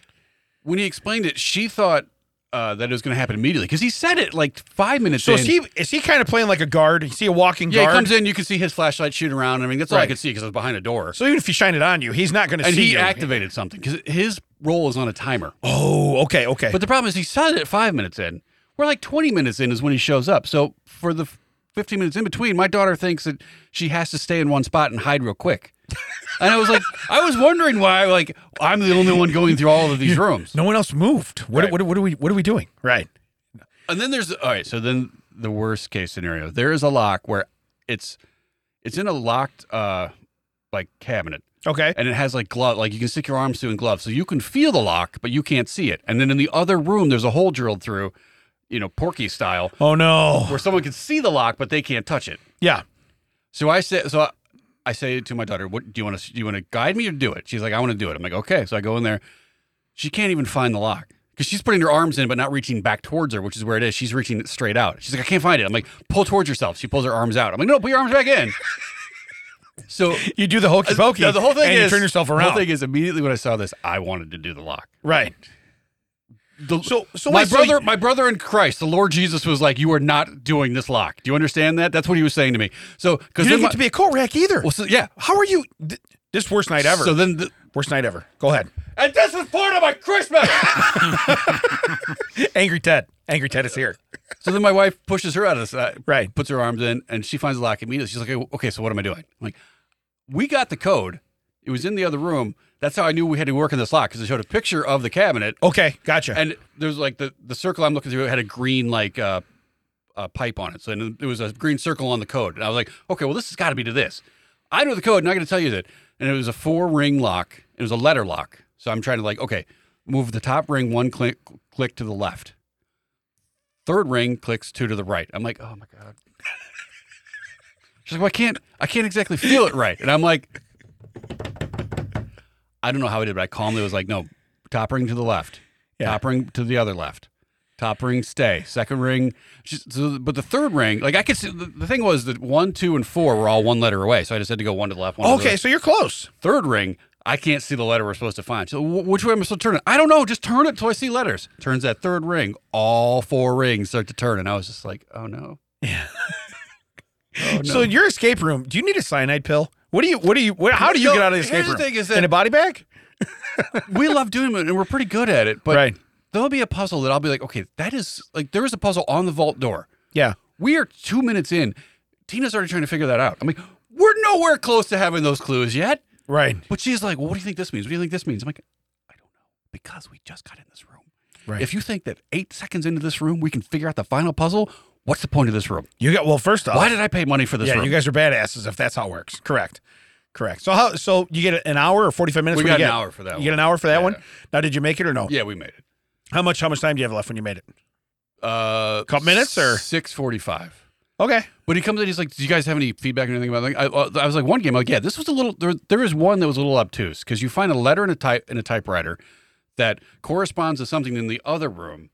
Speaker 2: when he explained it, she thought uh, that it was going to happen immediately because he said it like five minutes.
Speaker 1: so
Speaker 2: in.
Speaker 1: is he is he kind of playing like a guard? Is he a walking
Speaker 2: yeah, he
Speaker 1: guard?
Speaker 2: comes in, you can see his flashlight shoot around. I mean, that's all I
Speaker 1: Right.
Speaker 2: could see because I was behind a door.
Speaker 1: so even if you shine it on you, he's not going to see
Speaker 2: and he
Speaker 1: you.
Speaker 2: activated something because his role is on a timer.
Speaker 1: oh, okay, okay.
Speaker 2: But the problem is he said it five minutes in. We're like 20 minutes in is when he shows up. So for the f- 15 minutes in between, my daughter thinks that she has to stay in one spot and hide real quick. And I was like, I was wondering why, like, I'm the only one going through all of these rooms.
Speaker 1: no one else moved. What,
Speaker 2: Right.
Speaker 1: what what are we what are we doing? Right.
Speaker 2: And then there's, all right, so then the worst case scenario, there is a lock where it's, it's in a locked, uh, like cabinet
Speaker 1: Okay.
Speaker 2: and it has like glove, like you can stick your arms through in gloves. So you can feel the lock, but you can't see it. And then in the other room, there's a hole drilled through, you know, Porky style.
Speaker 1: Oh no.
Speaker 2: where someone can see the lock but they can't touch it.
Speaker 1: Yeah.
Speaker 2: So I say, so I, I say to my daughter, "What do you want to do? You want to guide me or do it?" She's like, "I want to do it." I'm like, "Okay." So I go in there. She can't even find the lock because she's putting her arms in but not reaching back towards her, which is where it is. She's reaching it straight out. She's like, "I can't find it." I'm like, "Pull towards yourself." She pulls her arms out. I'm like, "No, put your arms back [laughs] in." so.
Speaker 1: You do the hokey pokey.
Speaker 2: No, Uh, the whole thing
Speaker 1: and you
Speaker 2: is
Speaker 1: turn yourself
Speaker 2: The
Speaker 1: around.
Speaker 2: whole thing is immediately when I saw this, I wanted to do the lock.
Speaker 1: right.
Speaker 2: The-
Speaker 1: So so
Speaker 2: my
Speaker 1: wait, so
Speaker 2: brother,
Speaker 1: you-
Speaker 2: my brother in Christ, the Lord Jesus was like, "You are not doing this lock." Do you understand that? That's what he was saying to me. So,
Speaker 1: you,
Speaker 2: because
Speaker 1: didn't get to be a coat rack either.
Speaker 2: well, so, yeah,
Speaker 1: How are you? Th- this worst night ever.
Speaker 2: So then, the,
Speaker 1: worst night ever. Go ahead.
Speaker 2: and this is part of my Christmas.
Speaker 1: [laughs] Angry Ted. Angry Ted is here.
Speaker 2: so then my wife pushes her out of the side,
Speaker 1: Right.
Speaker 2: puts her arms in, and she finds the lock immediately. She's like, "Okay, "Okay, so what am I doing?" I'm like, "We got the code. It was in the other room. That's how I knew we had to work in this lock because it showed a picture of the cabinet,
Speaker 1: Okay. Gotcha.
Speaker 2: and there's like the the circle I'm looking through had a green like." uh uh, pipe on it. So and there was a green circle on the code. And I was like, okay, well, this has got to be to this. I know the code, and I got to tell you that. And it was a four ring lock. It was a letter lock. So I'm trying to like, okay, move the top ring one click, click to the left. Third ring clicks two to the right. I'm like, oh my god. She's like, well, I can't, I can't exactly feel it right. And I'm like, I don't know how I did, but I calmly was like, no, top ring to the left,
Speaker 1: Yeah.
Speaker 2: top ring to the other left. Top ring, stay. Second ring, just, so, but the third ring, like I could see. The, the thing was that one, two, and four were all one letter away, so I just had to go one to the left. One to the
Speaker 1: okay.
Speaker 2: right.
Speaker 1: So you're close.
Speaker 2: Third ring, I can't see the letter we're supposed to find. So wh- which way am I supposed to turn it? I don't know. Just turn it till I see letters. Turns that third ring. All four rings start to turn, and I was just like, oh no. Yeah. oh no.
Speaker 1: So in your escape room, do you need a cyanide pill? What do you? What do you? What, how do you
Speaker 2: No,
Speaker 1: get out of the
Speaker 2: here's
Speaker 1: escape
Speaker 2: the
Speaker 1: room?
Speaker 2: thing is
Speaker 1: in
Speaker 2: that-
Speaker 1: a body bag?
Speaker 2: we love doing it, and we're pretty good at it. But
Speaker 1: Right.
Speaker 2: there'll be a puzzle that I'll be like, okay, that is like there is a puzzle on the vault door.
Speaker 1: Yeah.
Speaker 2: We are two minutes in. Tina's already trying to figure that out. I'm like, we're nowhere close to having those clues yet.
Speaker 1: Right.
Speaker 2: But she's like, well, what do you think this means? What do you think this means? I'm like, I don't know because we just got in this room.
Speaker 1: Right.
Speaker 2: If you think that eight seconds into this room we can figure out the final puzzle, what's the point of this room?
Speaker 1: You got well. First off,
Speaker 2: Why did I pay money for this
Speaker 1: Uh, yeah,
Speaker 2: room?
Speaker 1: you guys are badasses if that's how it works. Correct. Correct. So how? So you get an hour or forty five minutes?
Speaker 2: we
Speaker 1: What do
Speaker 2: got
Speaker 1: you
Speaker 2: an
Speaker 1: get?
Speaker 2: hour for that.
Speaker 1: You
Speaker 2: one.
Speaker 1: get an hour for that
Speaker 2: Yeah.
Speaker 1: one. Now, did you make it or no?
Speaker 2: Yeah, we made it.
Speaker 1: How much? How much time do you have left when you made it?
Speaker 2: Uh,
Speaker 1: Couple minutes or-
Speaker 2: six forty-five.
Speaker 1: Okay.
Speaker 2: But he comes in, he's like, "Do you guys have any feedback or anything about?" Like, I, uh, I was like, "One game, I'm like, yeah, this was a little. There, there is one that was a little obtuse because you find a letter in a type in a typewriter that corresponds to something in the other room,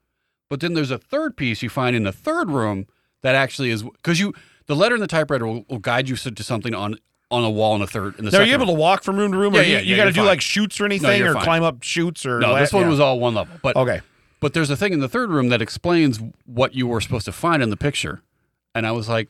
Speaker 2: but then there's a third piece you find in the third room that actually is because you the letter in the typewriter will, will guide you to something on on a wall in the third. In the
Speaker 1: Now, are
Speaker 2: second
Speaker 1: you able to walk from room to room, or
Speaker 2: Yeah,
Speaker 1: you,
Speaker 2: yeah,
Speaker 1: you
Speaker 2: yeah,
Speaker 1: got to
Speaker 2: you're
Speaker 1: do
Speaker 2: fine.
Speaker 1: like shoots or anything,
Speaker 2: you're
Speaker 1: or
Speaker 2: fine.
Speaker 1: climb up shoots, or
Speaker 2: No,
Speaker 1: la-
Speaker 2: this one
Speaker 1: yeah.
Speaker 2: was all one level. But
Speaker 1: okay.
Speaker 2: but there's a thing in the third room that explains what you were supposed to find in the picture, and I was like,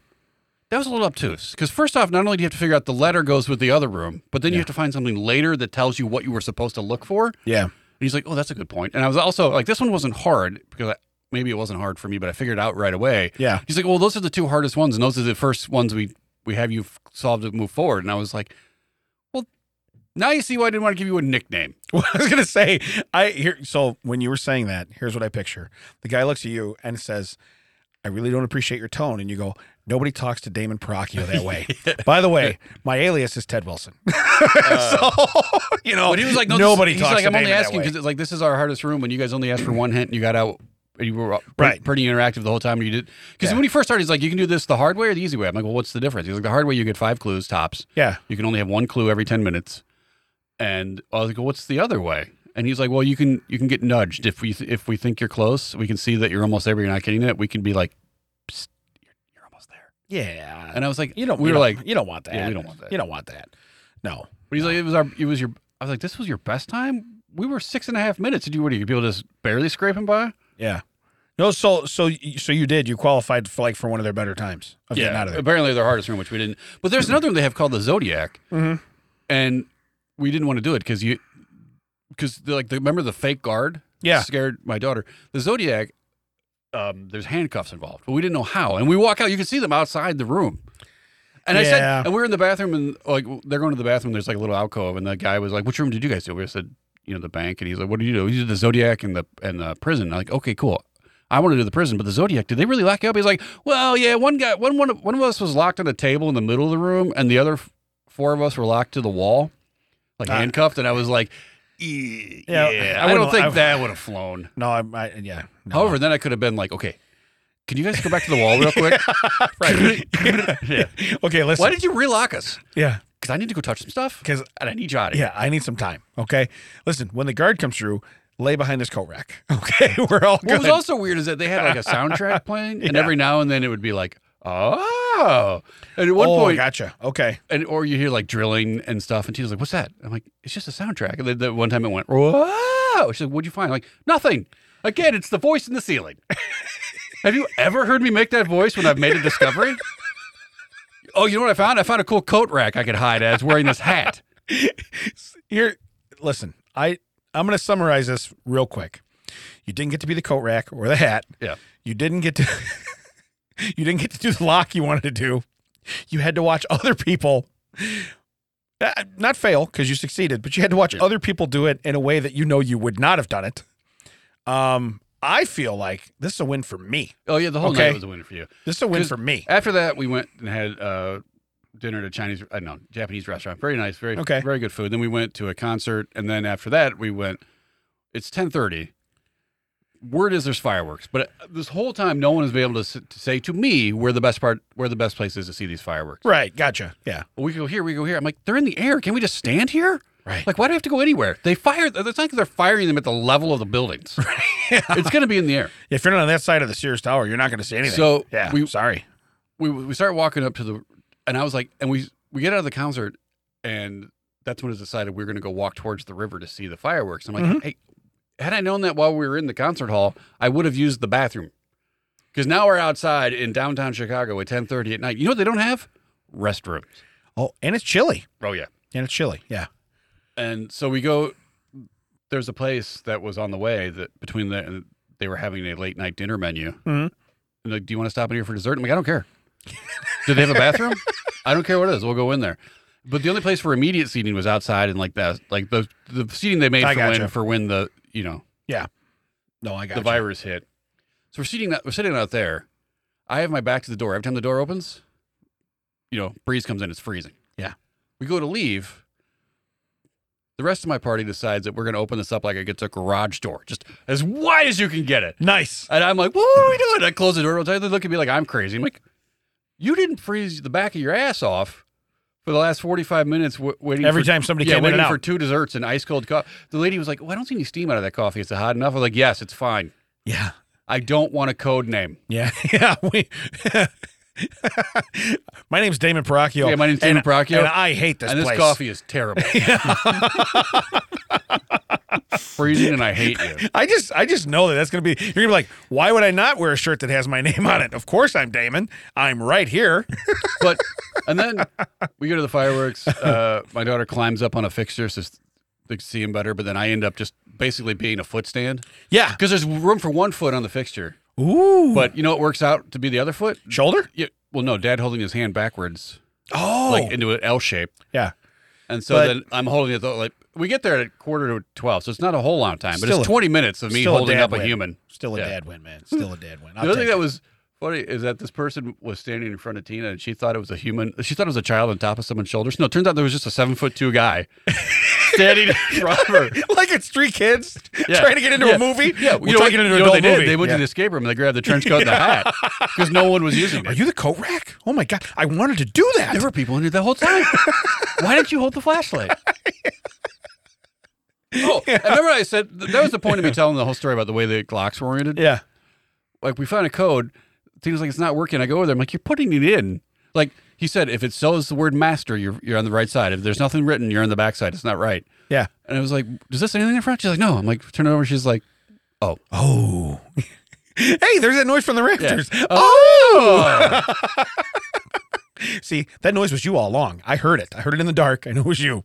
Speaker 2: that was a little obtuse because first off, not only do you have to figure out the letter goes with the other room, but then you have to find something later that tells you what you were supposed to look for. And
Speaker 1: Yeah,
Speaker 2: he's like, oh, that's a good point. And I was also like, this one wasn't hard because I, maybe it wasn't hard for me, but I figured it out right away.
Speaker 1: yeah.
Speaker 2: He's like, well, those are the two hardest ones, and those are the first ones we we have you f- solve to move forward. And I was like, well, now you see why I didn't want to give you a nickname.
Speaker 1: [laughs] Well, I was gonna say, I here. So when you were saying that, here's what I picture: the guy looks at you and says, "I really don't appreciate your tone," and you go, "Nobody talks to Damon Paracchio that
Speaker 2: [laughs]
Speaker 1: way." By the way, my alias is Ted Wilson. [laughs] so you know,
Speaker 2: Uh. But he was like, no, this-
Speaker 1: nobody
Speaker 2: he's
Speaker 1: talks
Speaker 2: like,
Speaker 1: to
Speaker 2: I'm only
Speaker 1: Damon that
Speaker 2: asking
Speaker 1: way."
Speaker 2: because it's like this is our hardest room. When you guys only asked for one hint, and you got out. and You were pretty,
Speaker 1: Right.
Speaker 2: pretty interactive the whole time. and You did because
Speaker 1: Yeah.
Speaker 2: when you first started, he's like, "You can do this the hard way or the easy way." I'm like, "Well, what's the difference?" He's like, "The hard way, you get five clues tops.
Speaker 1: Yeah,
Speaker 2: You can only have one clue every ten minutes." And I was like, well, "What's the other way?" And he's like, "Well, you can you can get nudged if we if we think you're close. We can see that you're almost there, but you're not getting it. We can be like, Psst, you're, you're almost there."
Speaker 1: yeah.
Speaker 2: And I was like,
Speaker 1: you don't.
Speaker 2: We
Speaker 1: you
Speaker 2: were
Speaker 1: don't-
Speaker 2: like,
Speaker 1: you don't want that.
Speaker 2: yeah, we don't want that.
Speaker 1: You don't want that. No.
Speaker 2: But he's like, it was our, it was your. I was like, this was your best time. We were six and a half minutes. Did you? What are you people just barely scraping by?
Speaker 1: Yeah. No. So so y- so you did. You qualified for like for one of their better times of getting out of there.
Speaker 2: Apparently, their hardest room, which we didn't. But there's another room they have called the Zodiac,
Speaker 1: Mhm.
Speaker 2: and we didn't want to do it because you, because like the, remember the fake guard,
Speaker 1: Yeah.
Speaker 2: scared my daughter. The Zodiac, um, there's handcuffs involved, but we didn't know how. And we walk out, you can see them outside the room. And I
Speaker 1: Yeah.
Speaker 2: said, and we were in the bathroom, and like they're going to the bathroom. There's like a little alcove, and the guy was like, "Which room did you guys do?" We said, "You know, the bank." And he's like, "What did you do?" You did the Zodiac and the and the prison. I'm like, okay, cool. I want to do the prison, but the Zodiac, did they really lock you up? He's like, well, yeah, one guy, one one of- one of us was locked on a table in the middle of the room, and the other f- four of us were locked to the wall, like
Speaker 1: Ah.
Speaker 2: handcuffed. And I was like, "Eh,
Speaker 1: Yeah,
Speaker 2: yeah,
Speaker 1: I
Speaker 2: I,
Speaker 1: wouldn't-
Speaker 2: don't think
Speaker 1: I-
Speaker 2: that would have flown.
Speaker 1: No. I, I yeah. No.
Speaker 2: However, then I could have been like, okay, can you guys go back to the wall real quick?
Speaker 1: [laughs] Right. [laughs]
Speaker 2: yeah.
Speaker 1: Okay. Listen.
Speaker 2: Why did you relock us?
Speaker 1: Yeah.
Speaker 2: Because I need to go touch some stuff,
Speaker 1: Because
Speaker 2: and I need you out of here.
Speaker 1: Yeah, I need some time. Okay. Listen, when the guard comes through, lay behind this coat rack. [laughs] Okay. We're all
Speaker 2: What
Speaker 1: good.
Speaker 2: was also weird is that they had like a
Speaker 1: [laughs]
Speaker 2: soundtrack playing, and
Speaker 1: Yeah.
Speaker 2: every now and then it would be like, oh. And at one
Speaker 1: oh,
Speaker 2: point,
Speaker 1: gotcha. Okay.
Speaker 2: and or you hear like drilling and stuff, and Tina's like, "What's that?" I'm like, "It's just a soundtrack." And then the one time it went, "Whoa!" She's like, "What'd you find?" I'm like, "Nothing." Again, it's the voice in the ceiling. [laughs] Have you ever heard me make that voice when I've made a discovery? oh, you know what I found? I found a cool coat rack I could hide as wearing this hat.
Speaker 1: Here, listen, I, I'm going to summarize this real quick. You didn't get to be the coat rack or the hat.
Speaker 2: Yeah.
Speaker 1: You didn't get to. [laughs] you didn't get to do the lock you wanted to do. You had to watch other people. uh, Not fail because you succeeded, but you had to watch other people do it in a way that you know you would not have done it. Um, I feel like this is a win for me.
Speaker 2: Oh yeah, the whole
Speaker 1: Okay.
Speaker 2: night was a winner for you.
Speaker 1: This is a win
Speaker 2: 'Cause
Speaker 1: for me.
Speaker 2: After that, we went and had uh, dinner at a Chinese, I don't know, Japanese restaurant. Very nice, very
Speaker 1: Okay.
Speaker 2: very good food. Then we went to a concert, and then after that, we went. It's ten thirty. Word is there's fireworks, but uh, this whole time, no one has been able to, s- to say to me where the best part, where the best place is to see these fireworks.
Speaker 1: Right. Gotcha. Yeah.
Speaker 2: We go here, we go here. I'm like, they're in the air. Can we just stand here?
Speaker 1: Right.
Speaker 2: Like, why do we have to go anywhere? They fire. It's not like they're firing them at the level of
Speaker 1: [laughs]
Speaker 2: the buildings. It's going to be in the air.
Speaker 1: if you're not on that side of the Sears Tower, you're not going to see anything.
Speaker 2: So
Speaker 1: yeah,
Speaker 2: we-
Speaker 1: sorry.
Speaker 2: we we start walking up to the and I was like and we we get out of the concert and that's when it was decided we are gonna go walk towards the river to see the fireworks. I'm like, hey, had I known that while we were in the concert hall, I would have used the bathroom. Because now we're outside in downtown Chicago at ten thirty at night. You know what they don't have? Restrooms.
Speaker 1: Oh, and it's chilly.
Speaker 2: Oh yeah.
Speaker 1: And it's chilly. Yeah.
Speaker 2: And so we go there's a place that was on the way that between the and they were having a late night dinner menu.
Speaker 1: Mhm.
Speaker 2: And like, do you want to stop in here for dessert? I'm like, I don't care. [laughs] Do they have a bathroom? I don't care what it is. We'll go in there. But the only place for immediate seating was outside and like that, like the the seating they made
Speaker 1: I
Speaker 2: for
Speaker 1: gotcha.
Speaker 2: when for when the you know
Speaker 1: No, I got
Speaker 2: the virus hit. So we're sitting out, we're sitting out there. I have my back to the door. Every time the door opens, you know, breeze comes in. It's freezing.
Speaker 1: Yeah.
Speaker 2: We go to leave. The rest of my party decides that we're going to open this up like it's a garage door, just as wide as you can get it.
Speaker 1: Nice.
Speaker 2: And I'm like, what are we doing? I close the door. They look at me like I'm crazy. I'm like, you didn't freeze the back of your ass off for the last 45 minutes w- waiting
Speaker 1: Every
Speaker 2: for
Speaker 1: time somebody came in
Speaker 2: waiting
Speaker 1: and out.
Speaker 2: for two desserts and ice cold coffee. The lady was like, "Well, I don't see any steam out of that coffee. Is it hot enough?" I was like, "Yes, it's fine.
Speaker 1: yeah. [laughs]
Speaker 2: I don't want a code name."
Speaker 1: Yeah. Yeah. We, My name's Damon Paracchio.
Speaker 2: Yeah, my name's Damon
Speaker 1: and-
Speaker 2: Paracchio.
Speaker 1: And I hate this
Speaker 2: and this
Speaker 1: place.
Speaker 2: coffee is
Speaker 1: [laughs]
Speaker 2: terrible. [laughs] Freezing, and I hate you.
Speaker 1: I just, I just know that that's gonna be. You're gonna be like, why would I not wear a shirt that has my [laughs] name on it? Of course, I'm Damon. I'm right
Speaker 2: [laughs]
Speaker 1: here.
Speaker 2: But and then we go to the fireworks. Uh, my daughter climbs up on a fixture so they can see him better. But then I end up just basically being a foot stand
Speaker 1: Yeah.
Speaker 2: because there's room for one foot on the fixture.
Speaker 1: Ooh.
Speaker 2: But you know what works out to be the other foot?
Speaker 1: shoulder.
Speaker 2: Yeah. Well, no, Dad holding his hand backwards,
Speaker 1: Oh.
Speaker 2: like into an L shape,
Speaker 1: yeah.
Speaker 2: and so
Speaker 1: But-
Speaker 2: then I'm holding it. though, Like we get there at quarter to twelve, so it's not a whole long time, but
Speaker 1: Still a-
Speaker 2: it's 20 minutes of me
Speaker 1: still a
Speaker 2: holding
Speaker 1: dad
Speaker 2: up a
Speaker 1: win.
Speaker 2: human.
Speaker 1: Still a
Speaker 2: Yeah.
Speaker 1: dad win, man. Still a dad win. I'll
Speaker 2: The other
Speaker 1: take
Speaker 2: thing
Speaker 1: it.
Speaker 2: that was funny is that this person was standing in front of Tina and she thought it was a human. She thought it was a child on top of someone's shoulders. No, it turns out there was just a seven foot
Speaker 1: [laughs]
Speaker 2: two guy standing in front of her.
Speaker 1: like it's three kids
Speaker 2: Yeah.
Speaker 1: trying to get into
Speaker 2: Yeah.
Speaker 1: a movie.
Speaker 2: Yeah,
Speaker 1: we're
Speaker 2: you
Speaker 1: trying
Speaker 2: know what-
Speaker 1: to get into
Speaker 2: you
Speaker 1: an
Speaker 2: know what
Speaker 1: adult
Speaker 2: they did?
Speaker 1: movie.
Speaker 2: They went
Speaker 1: Yeah.
Speaker 2: to the escape room and they grabbed the trench coat
Speaker 1: [laughs]
Speaker 2: and the hat because no one was using
Speaker 1: Are [laughs]
Speaker 2: it.
Speaker 1: you the coat rack? Oh my god! I wanted to do that.
Speaker 2: There were people in here the whole time. Why didn't you hold the flashlight? Oh, I remember I said that was the point of me telling the whole story about the way the Glocks were oriented.
Speaker 1: yeah.
Speaker 2: like we found a code. Tina's like, it's not working. I go over there. I'm like, you're putting it in. Like he said, if it sells the word master, you're you're on the right side. If there's nothing written, you're on the back side. It's not right.
Speaker 1: Yeah.
Speaker 2: And I was like, does this say anything in front? She's like, no. I'm like, turn it over. She's like,
Speaker 1: Oh. [laughs] hey, there's that noise from the rafters.
Speaker 2: oh.
Speaker 1: [laughs] See, that noise was you all along. I heard it. I heard it in the dark. I knew it was you.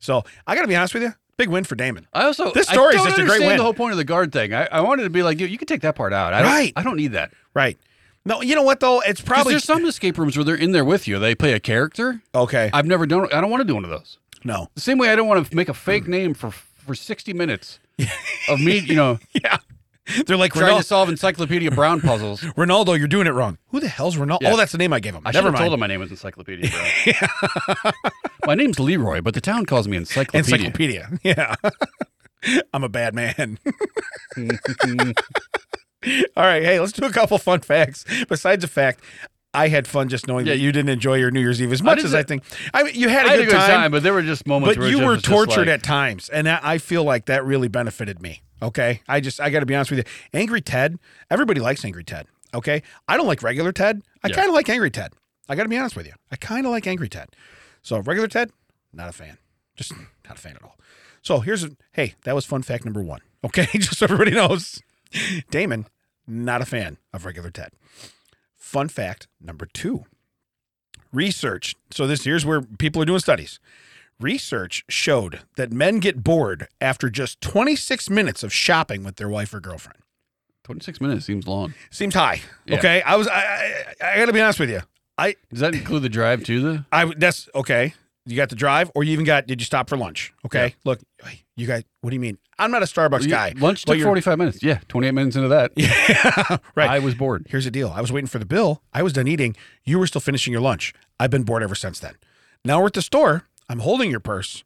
Speaker 1: So I got to be honest with you. Big win for Damon.
Speaker 2: I also
Speaker 1: This
Speaker 2: I
Speaker 1: story's
Speaker 2: don't
Speaker 1: just a great
Speaker 2: understand
Speaker 1: win.
Speaker 2: The whole point of the guard thing. I, I wanted to be like, you, you can take that part out. I don't,
Speaker 1: Right.
Speaker 2: I don't need that. 'Cause
Speaker 1: Right. No, you know what though? It's probably
Speaker 2: there's some escape rooms where they're in there with you. They play a character.
Speaker 1: okay.
Speaker 2: I've never done. I don't want to do one of those.
Speaker 1: no.
Speaker 2: The same way I don't want to make a fake name for for
Speaker 1: [laughs]
Speaker 2: 60 minutes of me. You know.
Speaker 1: Yeah. They're like
Speaker 2: trying to
Speaker 1: Ronaldo,
Speaker 2: solve Encyclopedia Brown puzzles.
Speaker 1: Ronaldo. You're doing it wrong. Who the hell's Ronaldo?
Speaker 2: Yeah.
Speaker 1: Oh, that's the name [laughs] I gave him.
Speaker 2: I should
Speaker 1: Never
Speaker 2: have
Speaker 1: mind.
Speaker 2: told him my name was Encyclopedia
Speaker 1: [laughs]
Speaker 2: Brown. my name's Leroy, but the town calls me Encyclopedia.
Speaker 1: Encyclopedia. [laughs] Yeah. I'm a bad man. [laughs] All right. Hey, let's do a couple fun facts. Besides the fact, I had fun just knowing that you didn't enjoy your New Year's Eve as much
Speaker 2: did
Speaker 1: as
Speaker 2: the-
Speaker 1: I think. I mean, you had
Speaker 2: I
Speaker 1: a
Speaker 2: had
Speaker 1: good, time,
Speaker 2: but there were just moments
Speaker 1: but
Speaker 2: where
Speaker 1: you
Speaker 2: it
Speaker 1: were
Speaker 2: just was just
Speaker 1: tortured
Speaker 2: like-
Speaker 1: at times, and I- I feel like that really benefited me. Okay, I just I got to be honest with you. Angry Ted. Everybody likes Angry Ted. Okay, I don't like regular Ted. I
Speaker 2: Yeah.
Speaker 1: kind of like Angry Ted. I got to be honest with you. I kind of like Angry Ted. So regular Ted, not a fan. Just not a fan at all. So here's a hey, that was fun fact number one. [laughs] Okay, just so everybody knows, Damon, not a fan of regular Ted. Fun fact number two research. So this here's where people are doing studies. Research showed that men get bored after just 26 minutes of shopping with their wife or girlfriend.
Speaker 2: 26 minutes seems long.
Speaker 1: Seems high.
Speaker 2: Yeah.
Speaker 1: Okay, I was I, I, I got to be honest with you. I
Speaker 2: Does that include the drive to the?
Speaker 1: I that's okay. You got the drive, or you even got did you stop for lunch? Okay, look, you guys. What do you mean? I'm not a Starbucks
Speaker 2: You- [laughs]
Speaker 1: guy.
Speaker 2: Lunch
Speaker 1: But
Speaker 2: took
Speaker 1: you're-
Speaker 2: 45 minutes. Yeah, 28 minutes into that,
Speaker 1: Yeah, [laughs] right.
Speaker 2: I was bored.
Speaker 1: Here's the deal. I was waiting for the bill. I was done eating. You were still finishing your lunch. I've been bored ever since then. Now we're at the store. I'm holding your purse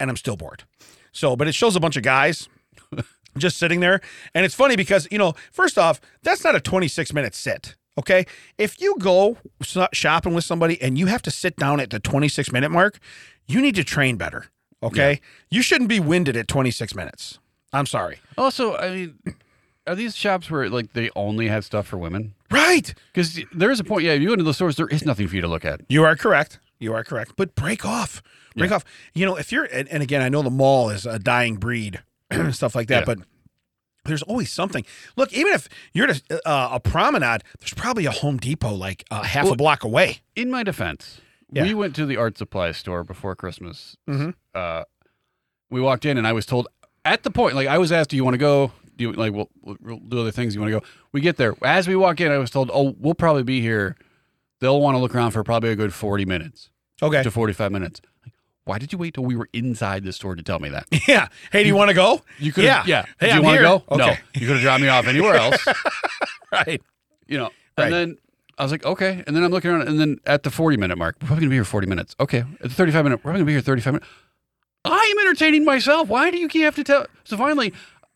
Speaker 1: and I'm still bored. So, but it shows a bunch of guys [laughs] just sitting there. And it's funny because, you know, first off, that's not a 26 minute sit. Okay. If you go so- shopping with somebody and you have to sit down at the 26 minute mark, you need to train better. Okay. You shouldn't be winded at 26 minutes. I'm sorry.
Speaker 2: Also, I mean, are these shops where like they only have stuff for women?
Speaker 1: Right.
Speaker 2: Because there is a point. Yeah, if you go into the stores, there is nothing for you to look at.
Speaker 1: You are correct. You are correct. But break off. Break off. You know, if you're, and, and again, I know the mall is a dying breed, [clears throat] stuff like that,
Speaker 2: Yeah.
Speaker 1: but there's always something. Look, even if you're at a, uh, a promenade, there's probably a Home Depot like uh, half a
Speaker 2: Well-
Speaker 1: block away.
Speaker 2: in my defense,
Speaker 1: Yeah.
Speaker 2: we went to the art supply store before Christmas.
Speaker 1: Mhm.
Speaker 2: Uh, we walked in and I was told at the point, like I was asked, "Do you want to go? Do you like we'll, we'll do other things? You want to go?" We get there as we walk in. I was told, "Oh, we'll probably be here. They'll want to look around for probably a good forty minutes
Speaker 1: Okay.
Speaker 2: to forty-five minutes." Like, Why did you wait till we were inside the store to tell me that?
Speaker 1: [laughs] Yeah. Hey, do you want to go?
Speaker 2: You could, yeah, yeah.
Speaker 1: Hey,
Speaker 2: Did you
Speaker 1: I'm
Speaker 2: wanna
Speaker 1: here.
Speaker 2: go? No,
Speaker 1: Okay.
Speaker 2: you could have dropped me off
Speaker 1: [laughs]
Speaker 2: anywhere else
Speaker 1: Right.
Speaker 2: you know.
Speaker 1: Right.
Speaker 2: And then I was like, okay. And then I'm looking around, and then at the 40 minute mark, we're probably gonna be here 40 minutes. Okay, at the 35 minute, we're probably gonna be here 35 minutes. I am entertaining myself. Why do you keep- have to tell? So finally,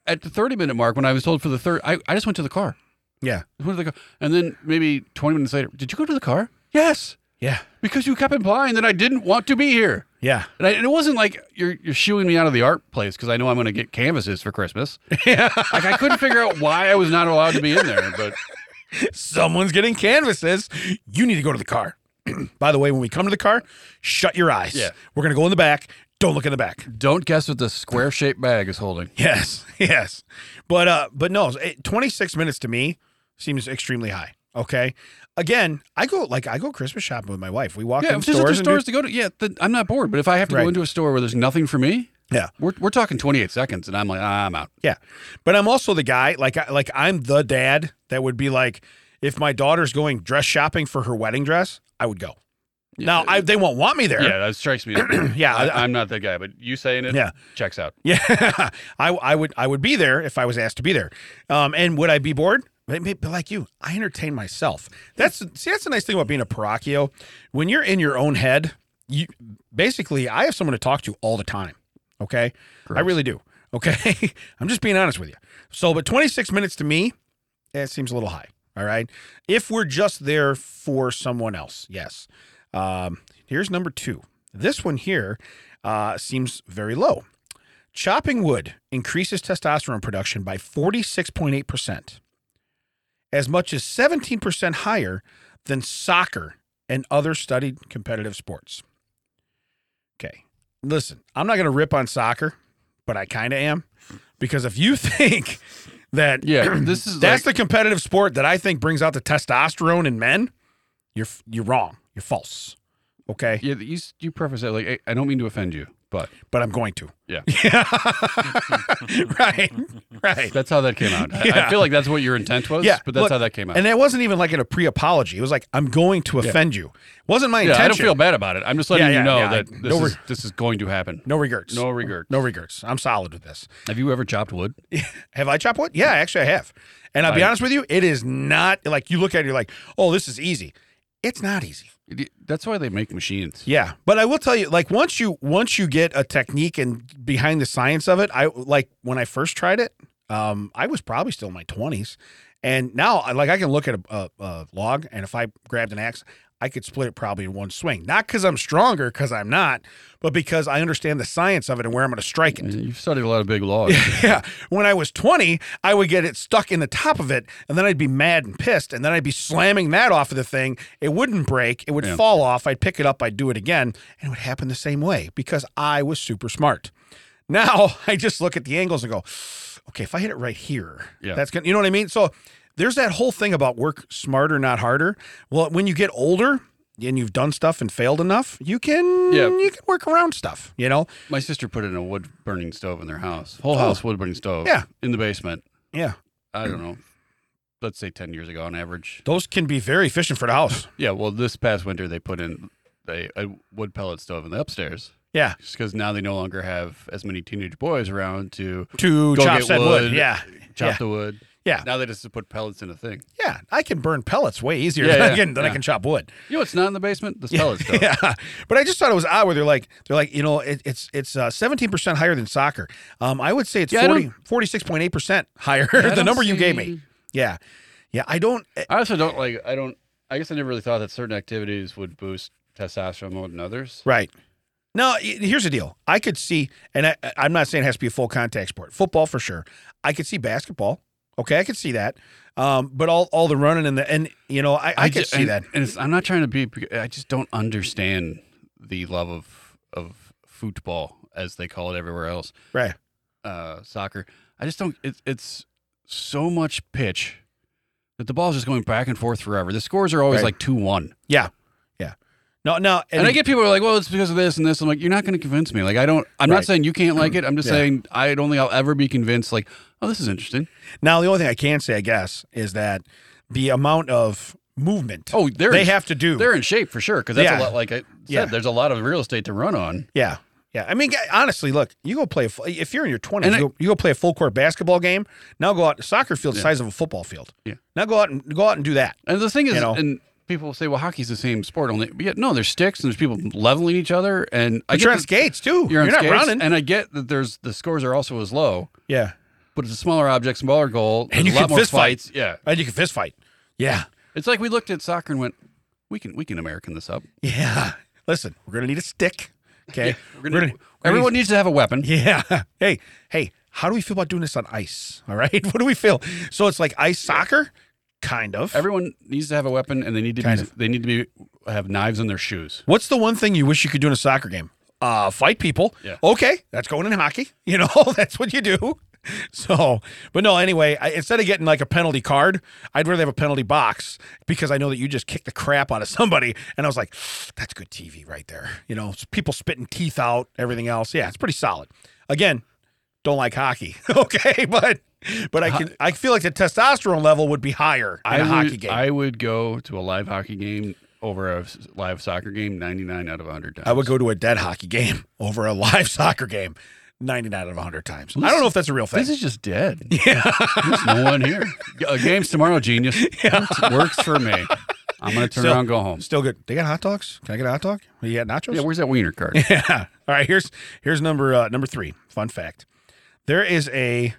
Speaker 2: at the 30 minute mark, when I was told for the third, I, I just went to the car.
Speaker 1: Yeah.
Speaker 2: I went to the car, and then maybe 20 minutes later, did you go to the car? Yes,
Speaker 1: Yeah.
Speaker 2: because you kept implying that I didn't want to be here.
Speaker 1: Yeah.
Speaker 2: And, I, and it wasn't like you're you're shooing me out of the art place because I know I'm
Speaker 1: [laughs]
Speaker 2: going to get canvases for Christmas. like I couldn't figure out why I was not allowed to be in there, but
Speaker 1: Someone's getting canvases. You need to go to the car. [clears throat] By the way, when we come to the car, shut your eyes.
Speaker 2: Yeah.
Speaker 1: We're going to go in the back. Don't look in the back.
Speaker 2: Don't guess what the square shaped bag is holding.
Speaker 1: Yes, [laughs] yes, but uh, but no, it- 26 minutes to me seems extremely high. Okay, again, I go like I go Christmas shopping with my wife. We walk
Speaker 2: Yeah,
Speaker 1: in
Speaker 2: if there's other
Speaker 1: stores, and do-
Speaker 2: stores to go to, yeah, then I'm not bored. But if I have to
Speaker 1: Right.
Speaker 2: go into a store where there's nothing for me,
Speaker 1: Yeah.
Speaker 2: we're, we're talking 28 seconds, and I'm like, ah, I'm out.
Speaker 1: yeah, but I'm also the guy like I, like I'm the dad that would be like, if my daughter's going dress shopping for her wedding dress, I would go. Now I, they won't want me there.
Speaker 2: yeah, that [clears throat] strikes me.
Speaker 1: Yeah, I-
Speaker 2: I, am not that guy, but you saying it,
Speaker 1: Yeah.
Speaker 2: checks out.
Speaker 1: [laughs] Yeah, I, I would I would be there if I was asked to be there. Um, and would I be bored? Maybe but like you, I entertain myself. That's see, that's the nice thing about being a paracchio. When you're in your own head, you basically I have someone to talk to all the time. Okay, I really do. Okay, [laughs] I'm just being honest with you. So, but 26 minutes to me, eh, it seems a little high. All right, if we're just there for someone else, yes. Um, here's number two. This one here uh, seems very low. Chopping wood increases testosterone production by 46.8%, as much as 17% higher than soccer and other studied competitive sports. Okay. Listen, I'm not going to rip on soccer, but I kind of am because if you [laughs] think that
Speaker 2: Yeah, this
Speaker 1: [clears throat]
Speaker 2: is
Speaker 1: that's
Speaker 2: like,
Speaker 1: the competitive sport that I think brings out the testosterone in men, you're you're wrong. You're false. Okay?
Speaker 2: yeah, you, s- you preface that like, I, I don't mean to offend you, but
Speaker 1: But I'm going to.
Speaker 2: Yeah.
Speaker 1: [laughs] right.
Speaker 2: [laughs]
Speaker 1: Right.
Speaker 2: that's how that came out. I- I,
Speaker 1: Yeah.
Speaker 2: feel like that's what your intent was,
Speaker 1: Yeah,
Speaker 2: but that's
Speaker 1: look,
Speaker 2: how that came out.
Speaker 1: And that wasn't even like in a pre-apology. It was like, I'm going to offend you. Wasn't my
Speaker 2: yeah,
Speaker 1: intention.
Speaker 2: I don't feel bad about it. I'm just letting
Speaker 1: Yeah, yeah,
Speaker 2: you know
Speaker 1: yeah, I-
Speaker 2: that this,
Speaker 1: no
Speaker 2: is, this is going to happen.
Speaker 1: no regrets.
Speaker 2: No regrets.
Speaker 1: No regrets. I'm solid with this.
Speaker 2: Have you ever chopped wood?
Speaker 1: Have I chopped wood? Yeah, actually I have. And I'll be honest with you, it is not like you look at it, you're like, oh, this is easy. It's not easy.
Speaker 2: That's why they make machines.
Speaker 1: Yeah. But I will tell you, like once you once you get a technique and behind the science of it, I like when I first tried it, um, I was probably still in my twenties. And now I- like I can look at a, a, a log and if I grabbed an axe, I could split it probably in one swing. Not because I'm stronger, because I'm not, but because I understand the science of it and where I'm gonna strike it.
Speaker 2: You've studied a lot of big [laughs] logs.
Speaker 1: [laughs] Yeah. When I was 20, I would get it stuck in the top of it, and then I'd be mad and pissed, and then I'd be slamming that off of the thing. It wouldn't break, it would
Speaker 2: Yeah.
Speaker 1: fall off. I'd pick it up, I'd do it again, and it would happen the same way because I was super smart. Now [laughs] I just look at the angles and go, okay, if I hit it right here,
Speaker 2: Yeah.
Speaker 1: that's gonna, you know what I mean? So there's that whole thing about work smarter, not harder. Well, when you get older, and you've done stuff and failed enough, you can
Speaker 2: Yeah.
Speaker 1: you can work around stuff, you know?
Speaker 2: My sister put in a wood burning stove in their house, whole house wood burning stove.
Speaker 1: Oh. Yeah.
Speaker 2: in the basement.
Speaker 1: Yeah.
Speaker 2: I don't know. Let's say ten years ago, on average.
Speaker 1: Those can be very efficient for the house.
Speaker 2: Yeah. Well, this past winter they put in a, a wood pellet stove in the upstairs,
Speaker 1: Yeah.
Speaker 2: just because now they no longer have as many teenage boys around to
Speaker 1: to
Speaker 2: Go
Speaker 1: chop
Speaker 2: get
Speaker 1: said wood.
Speaker 2: wood.
Speaker 1: Yeah.
Speaker 2: chop
Speaker 1: Yeah.
Speaker 2: the wood.
Speaker 1: Yeah.
Speaker 2: Now they just put pellets in a thing.
Speaker 1: Yeah. I can burn pellets way easier
Speaker 2: Yeah,
Speaker 1: than,
Speaker 2: yeah,
Speaker 1: I can, than I
Speaker 2: yeah.
Speaker 1: can chop
Speaker 2: [laughs]
Speaker 1: wood.
Speaker 2: You know, it's not in the basement. The pellet stove.
Speaker 1: [laughs] Yeah. But I just thought it was odd where they're like, they're like, you know, it, it's it's uh, 17% higher than soccer. Um, I would say it's
Speaker 2: Yeah, I
Speaker 1: 40, 46.8% higher,
Speaker 2: I
Speaker 1: [laughs] the
Speaker 2: don't
Speaker 1: number you gave me.
Speaker 2: see-
Speaker 1: Yeah. Yeah. I don't, eh,
Speaker 2: I also don't like. I don't. I guess I never really thought that certain activities would boost testosterone more than others.
Speaker 1: Right. No, y- here's the deal. I could see, and I, I'm not saying it has to be a full contact sport. Football for sure. I could see basketball. Okay, I could see that. Um, but all, all the running and the and you know I, I, could
Speaker 2: ju-
Speaker 1: see
Speaker 2: and-
Speaker 1: that.
Speaker 2: And it's, I'm not trying to be. I just don't understand the love of of football as they call it everywhere else.
Speaker 1: Right.
Speaker 2: Uh, soccer. I just don't. It's it's so much pitch that the ball's just going back and forth forever. The scores are always
Speaker 1: Right.
Speaker 2: like two one.
Speaker 1: Yeah. Yeah. No. No.
Speaker 2: And, I get people who are like, well, it's because of this and this. I'm like, you're not going to convince me. Like, I don't. I'm
Speaker 1: Right.
Speaker 2: not saying you can't like it. I'm just
Speaker 1: Yeah.
Speaker 2: saying I don't think I'll ever be convinced. Like, oh, this is interesting.
Speaker 1: Now the only thing I can say, I guess, is that the amount of movement
Speaker 2: Oh, they're
Speaker 1: they
Speaker 2: in-
Speaker 1: have to do.
Speaker 2: They're in shape for sure because that's
Speaker 1: Yeah.
Speaker 2: a lot. Like I said,
Speaker 1: Yeah.
Speaker 2: there's a lot of real estate to run on.
Speaker 1: Yeah. Yeah. I mean, g- honestly, look, you go play, a fu- if you're in your 20s,
Speaker 2: And
Speaker 1: you,
Speaker 2: I-
Speaker 1: go, you go play a full court basketball game. Now go out, soccer field the size of a football field.
Speaker 2: Yeah.
Speaker 1: Now go out and go out and do that.
Speaker 2: And the thing is,
Speaker 1: You know?
Speaker 2: and people say, well, hockey's the same sport. Only, but yeah, no, there's sticks and there's people leveling each other. And I
Speaker 1: But
Speaker 2: get
Speaker 1: you're on
Speaker 2: that-
Speaker 1: skates too.
Speaker 2: [laughs] you're on
Speaker 1: not
Speaker 2: skates,
Speaker 1: running.
Speaker 2: and I get that there's the scores are also as low,
Speaker 1: yeah.
Speaker 2: but it's a smaller object, smaller goal,
Speaker 1: And
Speaker 2: there's
Speaker 1: you
Speaker 2: a lot
Speaker 1: can
Speaker 2: more
Speaker 1: fist fight.
Speaker 2: fights. Yeah,
Speaker 1: And you can fist fight. Yeah. [laughs]
Speaker 2: it's like we looked at soccer and went, we can we can American this up.
Speaker 1: Yeah. Listen, we're going to need a stick. Okay.
Speaker 2: We're gonna, everyone needs to have a weapon.
Speaker 1: [laughs] Yeah. Hey, [laughs] hey, how do we feel about doing this on ice? All right. What do we feel? So it's like ice soccer? Kind of.
Speaker 2: Everyone needs to have a weapon, and they need to
Speaker 1: Kind
Speaker 2: be, they need to be have knives in their shoes.
Speaker 1: What's the one thing you wish you could do in a soccer game? Uh, fight people.
Speaker 2: Yeah.
Speaker 1: Okay, that's going in hockey. [laughs] You know, that's what you do. [laughs] So, but no, anyway, I, instead of getting like a penalty card, I'd rather have a penalty box because I know that you just kicked the crap out of somebody. And I was like, [sighs] that's good TV right there. You know, s- people spitting teeth out, everything else. Yeah, it's pretty solid. Again, don't like hockey. [laughs] okay, but. But I can I feel like the testosterone level would be higher in a
Speaker 2: would,
Speaker 1: hockey game.
Speaker 2: I would go to a live hockey game over a s- live soccer game 99 out of 100 times.
Speaker 1: I would go to a dead hockey game [laughs] over a live soccer game 99 out of 100 times. I don't know if that's a real thing.
Speaker 2: This is just dead. [laughs] Yeah. There's no one here. Uh, game's tomorrow, [laughs] genius. Works, works for me. I'm going to turn
Speaker 1: So-
Speaker 2: around and go home.
Speaker 1: Still good. They got hot dogs? Can I get a hot dog? You got nachos? [laughs]
Speaker 2: Yeah, where's that wiener card? [laughs]
Speaker 1: Yeah. All right. Here's here's number uh, number three. Fun fact: there is a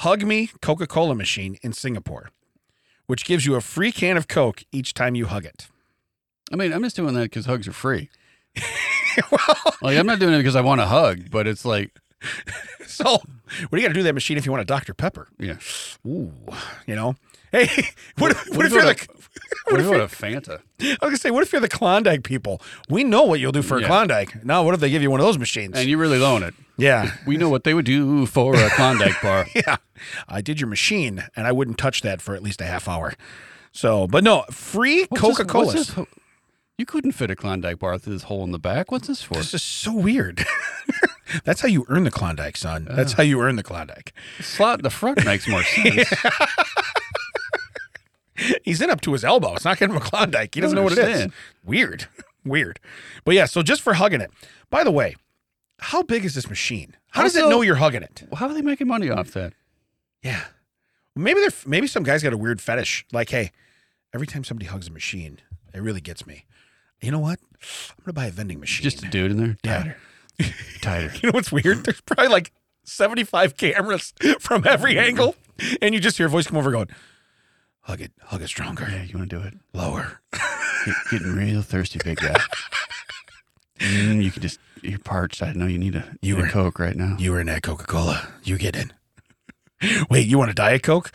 Speaker 1: Hug Me Coca Cola machine in Singapore, which gives you a free can of Coke each time you hug it.
Speaker 2: I mean, I'm just doing that because hugs are [laughs] free. like, I'm not doing it because I want a hug, but it's like,
Speaker 1: [laughs] So, what do you got to do to that machine if you want a Dr Pepper?
Speaker 2: yeah.
Speaker 1: Ooh, you know. Hey, [laughs] what, if- what, if
Speaker 2: what if
Speaker 1: you're
Speaker 2: I-
Speaker 1: the?
Speaker 2: [laughs] What about a Fanta?
Speaker 1: I was gonna say, what if you're the Klondike people? We know what you'll do for a
Speaker 2: Yeah.
Speaker 1: Klondike. Now, what if they give you one of those machines?
Speaker 2: And you really loan it.
Speaker 1: yeah, [laughs]
Speaker 2: We know what they would do for a Klondike bar.
Speaker 1: yeah. I did your machine, and I wouldn't touch that for at least a half hour. So, but no, free
Speaker 2: [laughs] What's this-
Speaker 1: Coca
Speaker 2: what's
Speaker 1: Cola.
Speaker 2: this ho- You couldn't fit a Klondike bar through this hole in the back. What's this [laughs] for?
Speaker 1: This is so weird. [laughs] That's how you earn the Klondike, son.
Speaker 2: Uh.
Speaker 1: That's how you earn the Klondike.
Speaker 2: Slot in the front makes [laughs] more sense.
Speaker 1: He's in up to his elbow. It's not getting him a Klondike. He doesn't know
Speaker 2: don't
Speaker 1: what it is.
Speaker 2: understand.
Speaker 1: Weird. [laughs] Weird. But yeah, so just for hugging it. By the way, how big is this machine? How does it
Speaker 2: Also-
Speaker 1: know you're hugging it?
Speaker 2: How are they making money off that?
Speaker 1: Yeah. Maybe they're maybe some guy's got a weird fetish. Like, hey, every time somebody hugs a machine, it really gets me. You know what? I'm gonna buy a vending machine.
Speaker 2: Just a dude in there?
Speaker 1: Yeah.
Speaker 2: Tighter. Tighter.
Speaker 1: [laughs] you know what's weird? There's probably like 75 cameras from
Speaker 2: [laughs]
Speaker 1: every angle, and you just hear a voice come over going, "Hug it, hug it stronger,
Speaker 2: Yeah, you want to do it?
Speaker 1: lower."
Speaker 2: Get, getting real thirsty, big guy. Mm, you can just, you're parched. I know you need a,
Speaker 1: You
Speaker 2: you need
Speaker 1: were-
Speaker 2: a Coke right now.
Speaker 1: You were in that Coca-Cola. You get in. [laughs] Wait, you want a diet coke?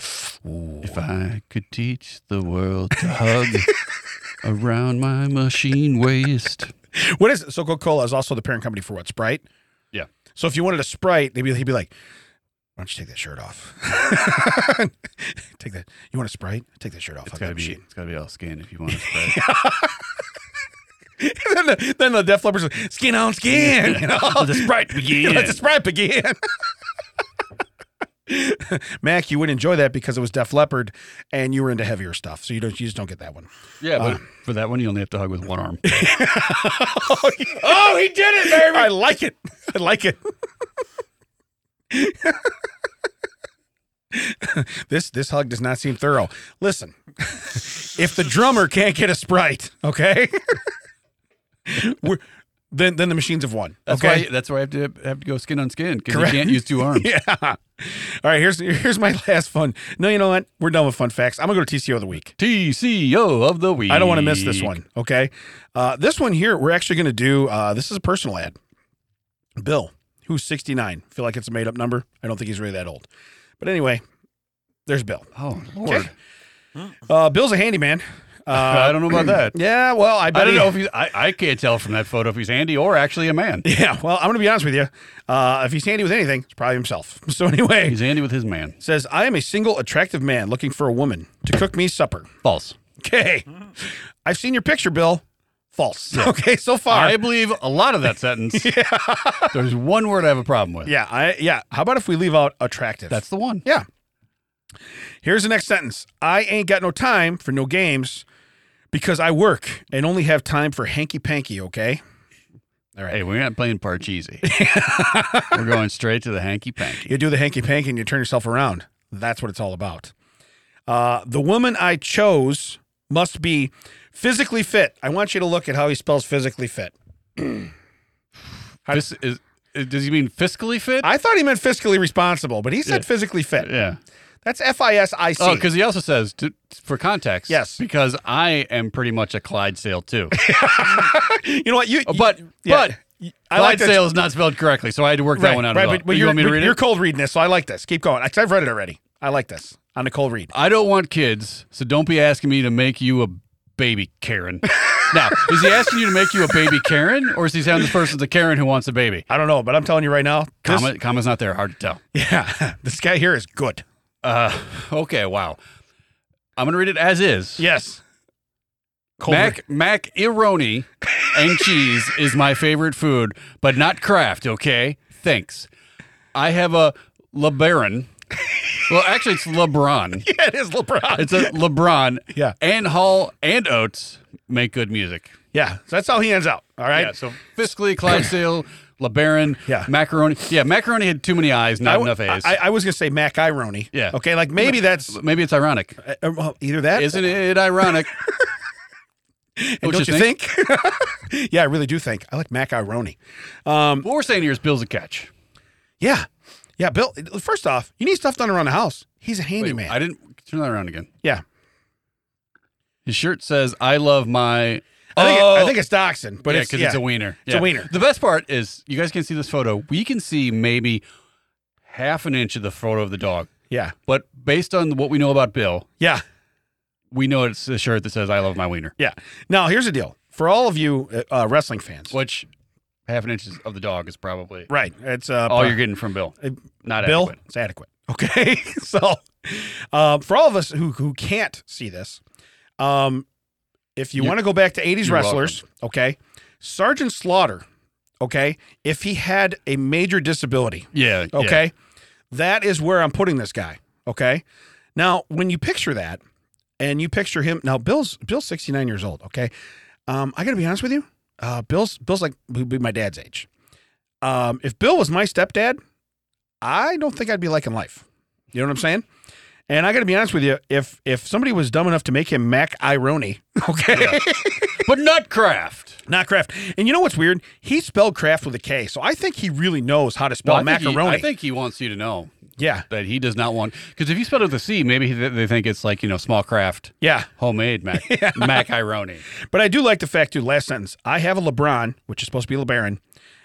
Speaker 1: Ooh.
Speaker 2: If I could teach the world to
Speaker 1: [laughs]
Speaker 2: hug around my machine waist.
Speaker 1: What is it? So Coca-Cola is also the parent company for what Sprite.
Speaker 2: Yeah.
Speaker 1: So if you wanted a Sprite, they'd be, he'd be like, "Why don't you take that shirt off? [laughs] take that. You want a Sprite? Take that shirt off.
Speaker 2: It's
Speaker 1: I've
Speaker 2: got to
Speaker 1: got
Speaker 2: be,
Speaker 1: machine."
Speaker 2: it's got to be all skin if you want to spread.
Speaker 1: [laughs] then, the, then the Def Leppard's like, skin on skin. You know?
Speaker 2: [laughs] Let the Sprite begin.
Speaker 1: [laughs] Let the Sprite begin. [laughs] Mac, you would enjoy that because it was Def Leppard, and you were into heavier stuff, so you don't you just don't get that one.
Speaker 2: Yeah, but Uh, for that one, you only have to hug with one arm.
Speaker 1: Oh, he did it, baby. I like it. I like it. this this hug does not seem thorough. Listen, if the drummer can't get a sprite, okay, we're, then then the machines have won.
Speaker 2: That's
Speaker 1: okay,
Speaker 2: why. That's why I have to have to go skin on skin because you
Speaker 1: Correct.
Speaker 2: can't use two arms.
Speaker 1: [laughs] yeah. All right, here's here's my last fun. No, you know what? We're done with fun facts. I'm gonna go to TCO of the week.
Speaker 2: TCO of the week.
Speaker 1: I don't want to miss this one. Okay. Uh, this one here, we're actually going to do uh, this is a personal ad. Bill, who's 69. feel like it's a made up number. I don't think he's really that old. But anyway, there's Bill.
Speaker 2: Oh lord,
Speaker 1: Uh, Bill's a
Speaker 2: [laughs]
Speaker 1: handyman. Uh,
Speaker 2: I don't know about
Speaker 1: [clears throat]
Speaker 2: that.
Speaker 1: yeah. Well, I bet
Speaker 2: I don't
Speaker 1: he-
Speaker 2: know if he's. I, I can't tell from that photo if he's Andy or actually a man.
Speaker 1: [laughs] Yeah. Well, I'm going to be honest with you. Uh, if he's handy with anything, it's probably himself. [laughs] So anyway,
Speaker 2: He's Andy with his man.
Speaker 1: says, I am a single, attractive man looking for a woman to cook me supper. [laughs]
Speaker 2: False.
Speaker 1: Okay.
Speaker 2: Mm-hmm.
Speaker 1: I've seen your picture, Bill. False. [laughs] Okay. So far.
Speaker 2: I believe a lot
Speaker 1: [laughs]
Speaker 2: of that sentence. There's one word I have a problem with.
Speaker 1: Yeah, I yeah. How about if we leave out attractive?
Speaker 2: That's the one.
Speaker 1: yeah. Here's the next sentence. I ain't got no time for no games because I work and only have time for hanky panky, okay? All right.
Speaker 2: Hey, we're not
Speaker 1: [laughs]
Speaker 2: playing Parcheesi. we're going straight to the hanky panky.
Speaker 1: You do the hanky panky and you turn yourself around. That's what it's all about. Uh, the woman I chose must be physically fit. I want you to look at how he spells physically fit.
Speaker 2: This is. uh, Does he mean fiscally fit?
Speaker 1: I thought he meant fiscally responsible, but he said physically fit.
Speaker 2: yeah.
Speaker 1: That's F I S I C.
Speaker 2: Oh, because he also says, to, for context,
Speaker 1: Yes.
Speaker 2: because I am pretty much a
Speaker 1: [laughs]
Speaker 2: Clydesdale too.
Speaker 1: you know what? You,
Speaker 2: Oh, but
Speaker 1: Yeah.
Speaker 2: but
Speaker 1: I like that-
Speaker 2: Clydesdale is not spelled correctly, so I had to work that one out. as well.
Speaker 1: But, but
Speaker 2: you
Speaker 1: you're,
Speaker 2: want me to
Speaker 1: but
Speaker 2: read
Speaker 1: you're
Speaker 2: it?
Speaker 1: cold reading this, so I like this. Keep going. I, I've read it already. I like this on Nicole Reed.
Speaker 2: I don't want kids, so don't be asking me to make you a baby Karen. now, is he asking you to make you a baby Karen, or is he saying this person's a Karen who wants a baby?
Speaker 1: I don't know, but I'm telling you right now, this-
Speaker 2: Comment, comma's not there. Hard to tell.
Speaker 1: [laughs] yeah, this guy here is good.
Speaker 2: Uh, okay, wow. I'm gonna read it as is.
Speaker 1: Yes. Cold
Speaker 2: Mac Mac Ironi and cheese is my favorite food, but not Kraft. Okay, thanks. I have a LeBaron. Well, actually, it's LeBron.
Speaker 1: [laughs] Yeah, it is LeBron.
Speaker 2: It's a LeBron.
Speaker 1: Yeah.
Speaker 2: And Hall and Oates make good music.
Speaker 1: yeah, so that's how he ends out. All right.
Speaker 2: Yeah. So
Speaker 1: [coughs]
Speaker 2: fiscally, Clydesdale, LeBaron,
Speaker 1: Yeah.
Speaker 2: macaroni. Yeah, macaroni had too many eyes, not
Speaker 1: I, w-
Speaker 2: enough A's.
Speaker 1: I, I was gonna say Mac Irony.
Speaker 2: Yeah.
Speaker 1: Okay, like maybe that's
Speaker 2: Maybe
Speaker 1: [laughs]
Speaker 2: it's ironic.
Speaker 1: uh, well, either that.
Speaker 2: Isn't it ironic?
Speaker 1: and
Speaker 2: Don't
Speaker 1: don't
Speaker 2: you
Speaker 1: you think? yeah, I really do think. [laughs] I like Mac Irony. Um,
Speaker 2: what we're saying here is Bill's a catch.
Speaker 1: yeah, yeah. Bill, first off, you need stuff done around the house. He's a
Speaker 2: Wait,
Speaker 1: handyman.
Speaker 2: I didn't turn that around again.
Speaker 1: yeah.
Speaker 2: His shirt says, "I love my."
Speaker 1: I think,
Speaker 2: oh,
Speaker 1: it, I think it's Dachshund, but
Speaker 2: yeah,
Speaker 1: it's,
Speaker 2: because
Speaker 1: yeah.
Speaker 2: it's a wiener.
Speaker 1: It's a
Speaker 2: Yeah.
Speaker 1: wiener.
Speaker 2: The best part is you guys can see this photo. We can see maybe half an inch of the photo of the dog,
Speaker 1: yeah,
Speaker 2: but based on what we know about Bill,
Speaker 1: yeah,
Speaker 2: we know it's a shirt that says "I love my wiener,"
Speaker 1: yeah. Now here's the deal for all of you uh, uh, wrestling fans.
Speaker 2: which half an inch is- of the dog is probably
Speaker 1: Right. It's uh,
Speaker 2: all you're getting from Bill.
Speaker 1: Uh,
Speaker 2: Not
Speaker 1: Bill,
Speaker 2: adequate.
Speaker 1: it's adequate. Okay. [laughs] so, um, for all of us who, who can't see this, um, if you
Speaker 2: You're-
Speaker 1: want to go back to 80s
Speaker 2: you're
Speaker 1: wrestlers, okay, Sergeant Slaughter, okay, if he had a major disability,
Speaker 2: Yeah. yeah.
Speaker 1: okay, that is where I'm putting this guy, okay? Now, when you picture that and you picture him, now Bill's Bill's 69 years old, okay? Um, I got to be honest with you. Uh, Bill's Bill's like would be my dad's age. Um, if Bill was my stepdad, I don't think I'd be liking life. You know what I'm saying? And I got to be honest with you. If if somebody was dumb enough to make him Mac Irony, [laughs] okay,
Speaker 2: [laughs] But not Kraft.
Speaker 1: not Kraft. And you know what's weird? He spelled Kraft with a K, so I think he really knows how to spell
Speaker 2: I think he-
Speaker 1: Oh, macaroni.
Speaker 2: I think he wants you to know
Speaker 1: yeah,
Speaker 2: that he does not want because if you spell it with a C, maybe he- they think it's like you know small Kraft
Speaker 1: yeah. [laughs]
Speaker 2: homemade mac macaroni.
Speaker 1: But I do like the fact, too, last sentence. I have a LeBron, which is supposed to be LeBaron,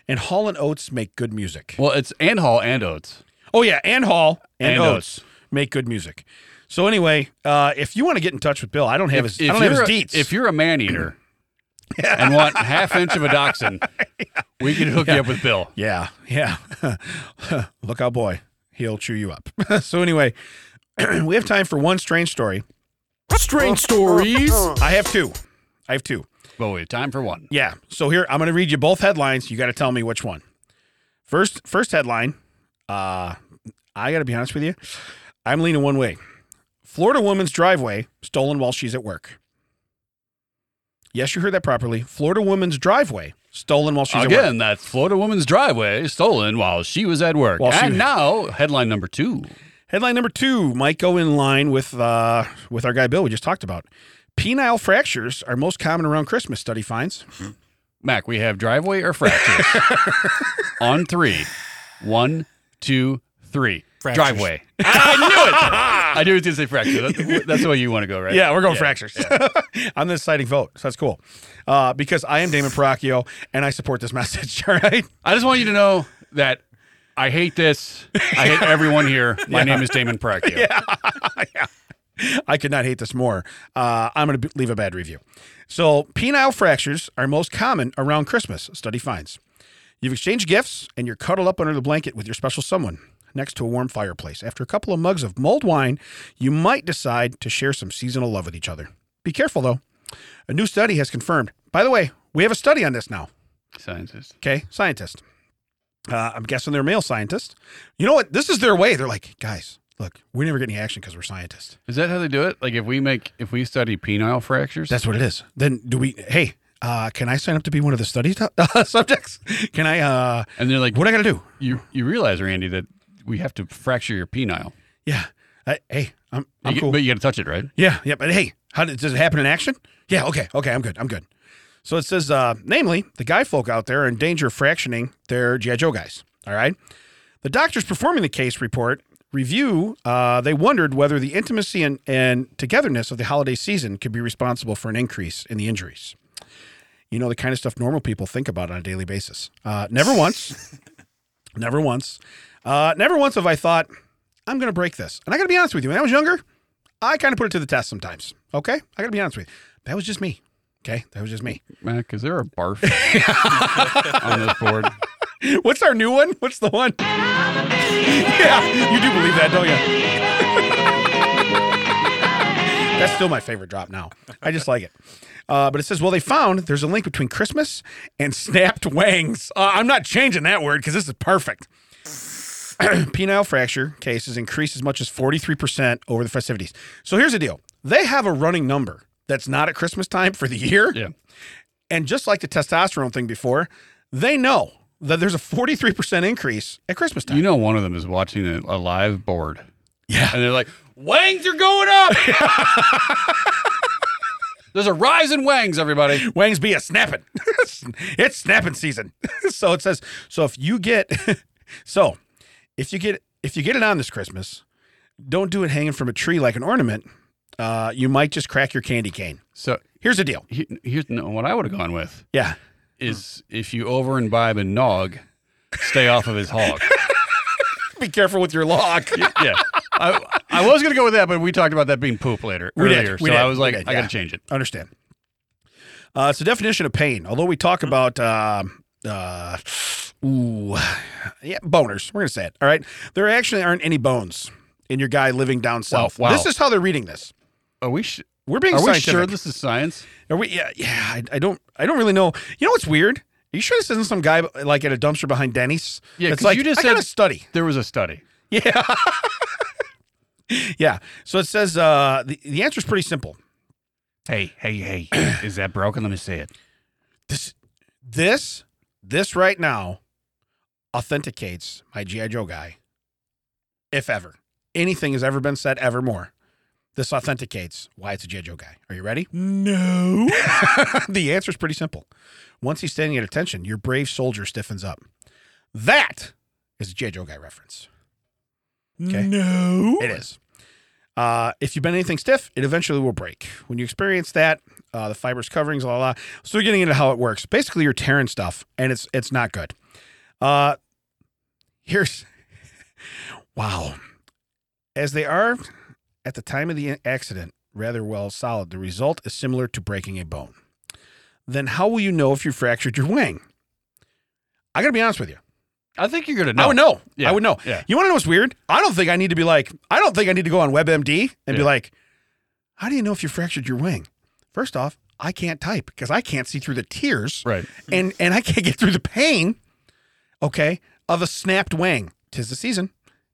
Speaker 1: and Hall and Oates make good music.
Speaker 2: Well, it's and Hall and Oates.
Speaker 1: Oh, yeah, and Hall and,
Speaker 2: And
Speaker 1: Oates, make good music. So anyway, uh, if you want to get in touch with Bill, I don't have his I don't have his
Speaker 2: you're a,
Speaker 1: deets.
Speaker 2: If you're a
Speaker 1: [laughs]
Speaker 2: man eater and want half inch of a dachshund, we can hook you up with Bill.
Speaker 1: yeah, yeah. [laughs] Look out, boy. He'll chew you up. [laughs] so anyway, [clears throat] we have time for one strange story.
Speaker 3: Strange stories.
Speaker 1: I have two. I have two.
Speaker 2: Well, wait, time for one.
Speaker 1: Yeah. So here I'm going to read you both headlines. You got to tell me which one. First, first headline. Uh, I got to be honest with you. I'm leaning one way. Florida woman's driveway stolen while she's at work. Yes, you heard that properly. Florida woman's driveway stolen while she's at work.
Speaker 2: Again, that's Florida woman's driveway stolen while she was at work.
Speaker 1: While she-
Speaker 2: and now headline number two.
Speaker 1: Headline number two might go in line with uh, with our guy Bill we just talked about. Penile fractures are most common around Christmas. Study finds.
Speaker 2: Mac, we have driveway
Speaker 1: [laughs]
Speaker 2: or fractures on three. One, two, three.
Speaker 3: Fractures.
Speaker 2: Driveway. I knew it. I knew it was going to say fracture. That's, that's the way you want to go, right?
Speaker 1: Yeah, we're going fractures. [laughs] I'm the deciding vote, so that's cool. Uh, because I am Damon Paracchio and I support this [laughs] message. All right.
Speaker 2: I just want you to know that I hate this. I
Speaker 1: [laughs]
Speaker 2: hate everyone here. My name is Damon Paracchio.
Speaker 1: I could not hate this more. Uh, I'm going to leave a bad review. So, penile fractures are most common around Christmas, study finds. You've exchanged gifts and you're cuddled up under the blanket with your special someone next to a warm fireplace. After a couple of mugs of mulled wine, you might decide to share some seasonal love with each other. Be careful, though. A new study has confirmed. By the way, we have a study on this now.
Speaker 2: Scientist.
Speaker 1: Okay, scientist. Uh, I'm guessing they're male scientists. You know what? This is their way. They're like, guys, look, we never get any action because we're scientists.
Speaker 2: Is that how they do it? Like if we make if we study penile fractures?
Speaker 1: That's what it is. Then do we? Hey, uh, can I sign up to be one of the study [laughs] to- subjects? Can I? Uh,
Speaker 2: and they're like,
Speaker 1: what I gotta do?
Speaker 2: you you realize, Randy, that we have to fracture your penile.
Speaker 1: Yeah. I, hey, I'm I'm
Speaker 2: You-
Speaker 1: cool.
Speaker 2: But you gotta touch it, right?
Speaker 1: Yeah, yeah. But hey, how did, does it happen in action? Yeah. Okay. Okay. I'm good. I'm good. So it says, uh, namely, the guy folk out there are in danger of fractioning their GI Joe guys. All right. The doctors performing the case report review. Uh, they wondered whether the intimacy and, and togetherness of the holiday season could be responsible for an increase in the injuries. You know the kind of stuff normal people think about on a daily basis. Uh, never once, never once, uh, never once have I thought I'm going to break this. And I got to be honest with you. When I was younger, I kind of put it to the test sometimes. Okay. I got to be honest with you. That was just me. Okay. That was just me.
Speaker 2: Mac, is there a
Speaker 1: [laughs]
Speaker 2: barf on this board?
Speaker 1: What's our new one? What's the one? [laughs] Yeah. You do believe that, don't you? [laughs] That's still my favorite drop now. I just like it. Uh, but it says, well, they found there's a link between Christmas and snapped [laughs] wangs. Uh, I'm not changing that word because this is perfect. [clears throat] Penile fracture cases increased as much as 43% over the festivities. So here's the deal they have a running number that's not at Christmas time for the year.
Speaker 2: Yeah.
Speaker 1: And just like the testosterone thing before, they know that there's a 43% increase at Christmas time.
Speaker 2: You know, one of them is watching a, a live board.
Speaker 1: Yeah.
Speaker 2: And they're like, Wangs are going up. [laughs] There's a rise in Wangs, everybody.
Speaker 1: Wangs be a snapping. [laughs] it's snapping season. [laughs] so it says, so if you get [laughs] so if you get if you get it on this Christmas, don't do it hanging from a tree like an ornament. Uh, you might just crack your candy cane.
Speaker 2: So
Speaker 1: Here's the deal.
Speaker 2: he, here's no, what I would have gone with
Speaker 1: Yeah.
Speaker 2: is if you over imbibe a nog, stay off of his hog. [laughs]
Speaker 1: Be careful with your log.
Speaker 2: yeah. I, I was going to go with that, but we talked about that being poop later.
Speaker 1: We did.
Speaker 2: earlier,
Speaker 1: We
Speaker 2: so
Speaker 1: did.
Speaker 2: I was
Speaker 1: We
Speaker 2: like,
Speaker 1: did,
Speaker 2: I
Speaker 1: yeah.
Speaker 2: got to change it.
Speaker 1: Understand. Uh, it's a definition of pain. Although we talk about, um uh, ooh, yeah, boners. We're going to say it. All right. There actually aren't any bones in your guy living down south.
Speaker 2: wow.
Speaker 1: This is how they're reading this.
Speaker 2: Are we, sh-
Speaker 1: We're being
Speaker 2: are we
Speaker 1: scientific.
Speaker 2: sure this is science?
Speaker 1: Are we? Yeah, yeah. I, I don't. I don't really know. You know what's weird? Are you sure this isn't some guy like at a dumpster behind Denny's?
Speaker 2: Yeah,
Speaker 1: it's
Speaker 2: 'cause
Speaker 1: like
Speaker 2: you just
Speaker 1: I gotta
Speaker 2: said-
Speaker 1: study. [laughs]
Speaker 2: There was a study.
Speaker 1: Yeah, yeah. So it says uh, the the answer is pretty simple.
Speaker 2: Hey, hey, [clears throat] hey. is that broken? Let me see it.
Speaker 1: This, this, this right now authenticates my GI Joe guy. If ever anything has ever been said ever more, this authenticates why it's a GI Joe guy. Are you ready?
Speaker 2: No.
Speaker 1: [laughs] the answer is pretty simple. Once he's standing at attention, your brave soldier stiffens up. That is a J. Joe guy reference.
Speaker 2: No.
Speaker 1: It is. Uh, if you bend anything stiff, it eventually will break. When you experience that, uh, the fibers, coverings, la la. la. So we're getting into how it works. Basically, you're tearing stuff, and it's it's not good. Uh, here's [laughs] wow. As they are at the time of the accident, rather well solid. The result is similar to breaking a bone. Then how will you know if you fractured your wing? I gotta be honest with you.
Speaker 2: I think you're going to
Speaker 1: I
Speaker 2: know.
Speaker 1: would know.
Speaker 2: Yeah.
Speaker 1: I would know.
Speaker 2: Yeah.
Speaker 1: You want to know what's weird? I don't think I need to be like, I don't think I need to go on WebMD and be
Speaker 2: Yeah.
Speaker 1: like, how do you know if you fractured your wing? First off, I can't type because I can't see through the tears
Speaker 2: Right.
Speaker 1: and, and I can't get through the pain, okay, of a snapped wing. Tis the season.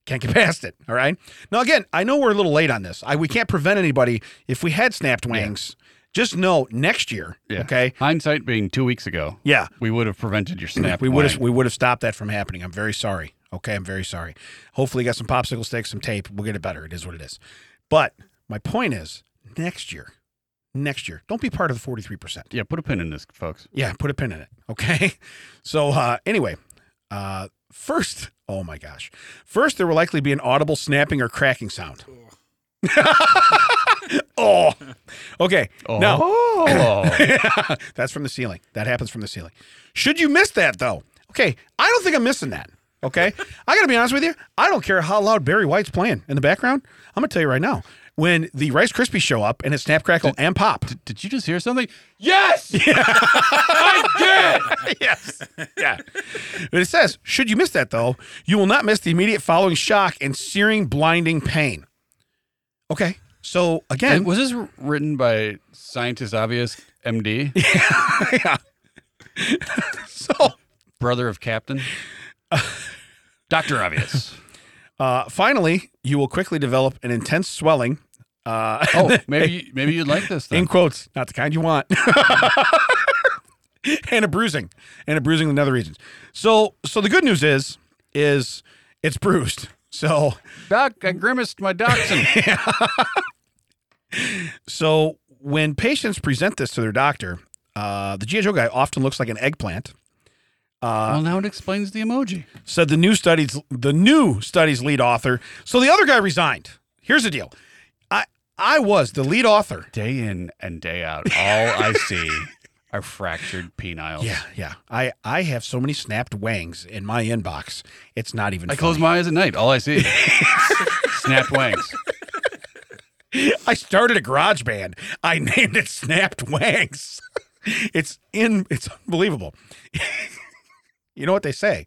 Speaker 1: Can't get past it. All right. Now, again, I know we're a little late on this. I, we can't prevent anybody if we had snapped wings. Just know next year,
Speaker 2: Yeah.
Speaker 1: okay?
Speaker 2: Hindsight being two weeks ago,
Speaker 1: Yeah.
Speaker 2: we would have prevented your snap.
Speaker 1: We would have
Speaker 2: line.
Speaker 1: we would have stopped that from happening. I'm very sorry. Okay, I'm very sorry. Hopefully, you got some popsicle sticks, some tape. We'll get it better. It is what it is. But my point is, next year, next year, don't be part of the 43 percent.
Speaker 2: Yeah, put a pin in this, folks.
Speaker 1: Yeah, put a pin in it. Okay. [laughs] So uh, anyway, uh, first, oh my gosh, first there will likely be an audible snapping or cracking sound. [laughs] oh, okay. Now
Speaker 2: [clears throat] [laughs] Oh.
Speaker 1: [laughs] That's from the ceiling. That happens from the ceiling. Should you miss that though? Okay, I don't think I'm missing that.
Speaker 2: [laughs]
Speaker 1: Okay, I gotta be honest with you. I don't care how loud Barry White's playing in the background. I'm gonna tell you right now. When the Rice Krispies show up and it's snap, crackle, and pop.
Speaker 2: Did you just hear something? Yes!
Speaker 1: [laughs]
Speaker 2: I did! [laughs]
Speaker 1: yes. Yeah. But it says, should you miss that though, you will not miss the immediate following shock and searing, blinding pain. Okay. So
Speaker 2: And
Speaker 1: again,
Speaker 2: was this written by Scientist Obvious, [laughs] MD,
Speaker 1: yeah. [laughs] so
Speaker 2: brother of [laughs] Captain? Dr. [laughs] Obvious.
Speaker 1: uh, finally, you will quickly develop an intense swelling. Uh,
Speaker 2: Oh, maybe you- maybe you'd like this
Speaker 1: in
Speaker 2: then.
Speaker 1: quotes, not the kind you want. [laughs] and a bruising, and a bruising in other regions. So, so the good news is, is it's bruised. So,
Speaker 2: Doc, I grimaced my dachshund.
Speaker 1: so when patients present this to their doctor, uh, the GI Joe guy often looks like an eggplant.
Speaker 2: [laughs] well, now it explains the emoji.
Speaker 1: Said the new studies, the new studies lead author. So the other guy resigned. Here's the deal, I I was the lead author. [laughs]
Speaker 2: Day in and day out, all I see Our fractured penile.
Speaker 1: Yeah, yeah. I I have so many snapped wangs in my inbox. It's not even.
Speaker 2: I close my eyes at night. All
Speaker 1: [laughs]
Speaker 2: I see is snapped wangs.
Speaker 1: [laughs] I started a garage band. I named it Snapped Wangs. [laughs] It's in. It's unbelievable. [laughs] you know what they say?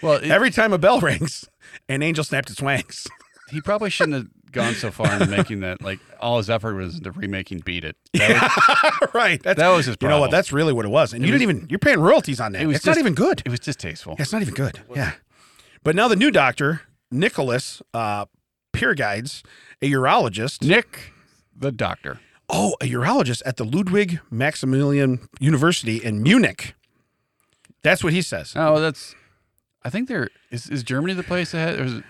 Speaker 2: Well, it-
Speaker 1: Every time a bell rings, an angel snapped its [laughs] wangs.
Speaker 2: he probably shouldn't have gone so far in making that. Like all his effort was into remaking "Beat It." That was-
Speaker 1: right. That's,
Speaker 2: That was his
Speaker 1: You know what?
Speaker 2: problem.
Speaker 1: That's really what it was. And you
Speaker 2: was-
Speaker 1: didn't even. You're paying royalties on that.
Speaker 2: it was
Speaker 1: it's not
Speaker 2: just-
Speaker 1: even good.
Speaker 2: It was distasteful.
Speaker 1: Yeah, it's not even good. Yeah. But now the new doctor, Nicholas uh, Peer Guides, a urologist.
Speaker 2: Nick, the doctor.
Speaker 1: Oh, a urologist at the Ludwig Maximilian University in Munich. That's what he says.
Speaker 2: Oh, that's. I think they're. Is, is Germany the place that has? Or is it,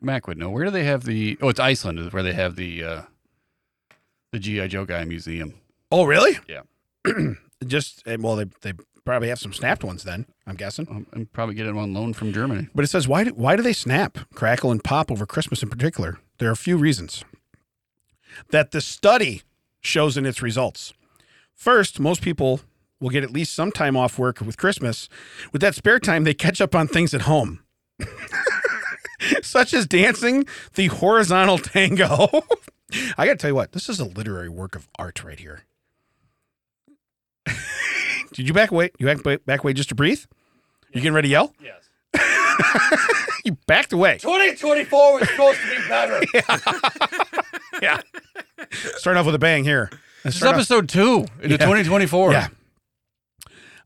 Speaker 2: Mac would know. Where do they have the? Oh, it's Iceland is where they have the. uh The GI Joe guy museum.
Speaker 1: Oh, really?
Speaker 2: Yeah.
Speaker 1: [clears throat] Just eh, well, they they probably have some snapped ones then. I'm guessing.
Speaker 2: Um, I'm probably getting one loan from Germany.
Speaker 1: But it says why do, why do they snap, crackle, and pop over Christmas in particular? There are a few reasons that the study shows in its results. First, most people will get at least some time off work with Christmas. With that spare time, they catch up on things at home, [laughs] such as dancing the horizontal tango. [laughs] I got to tell you what, this is a literary work of art right here. [laughs] Did you back away? You back, back away just to breathe? You getting ready to yell?
Speaker 2: Yes.
Speaker 1: You backed away.
Speaker 2: 2024 was supposed to be better.
Speaker 1: yeah. Start off with a bang here.
Speaker 2: [laughs] This is episode two into 2024.
Speaker 1: Yeah.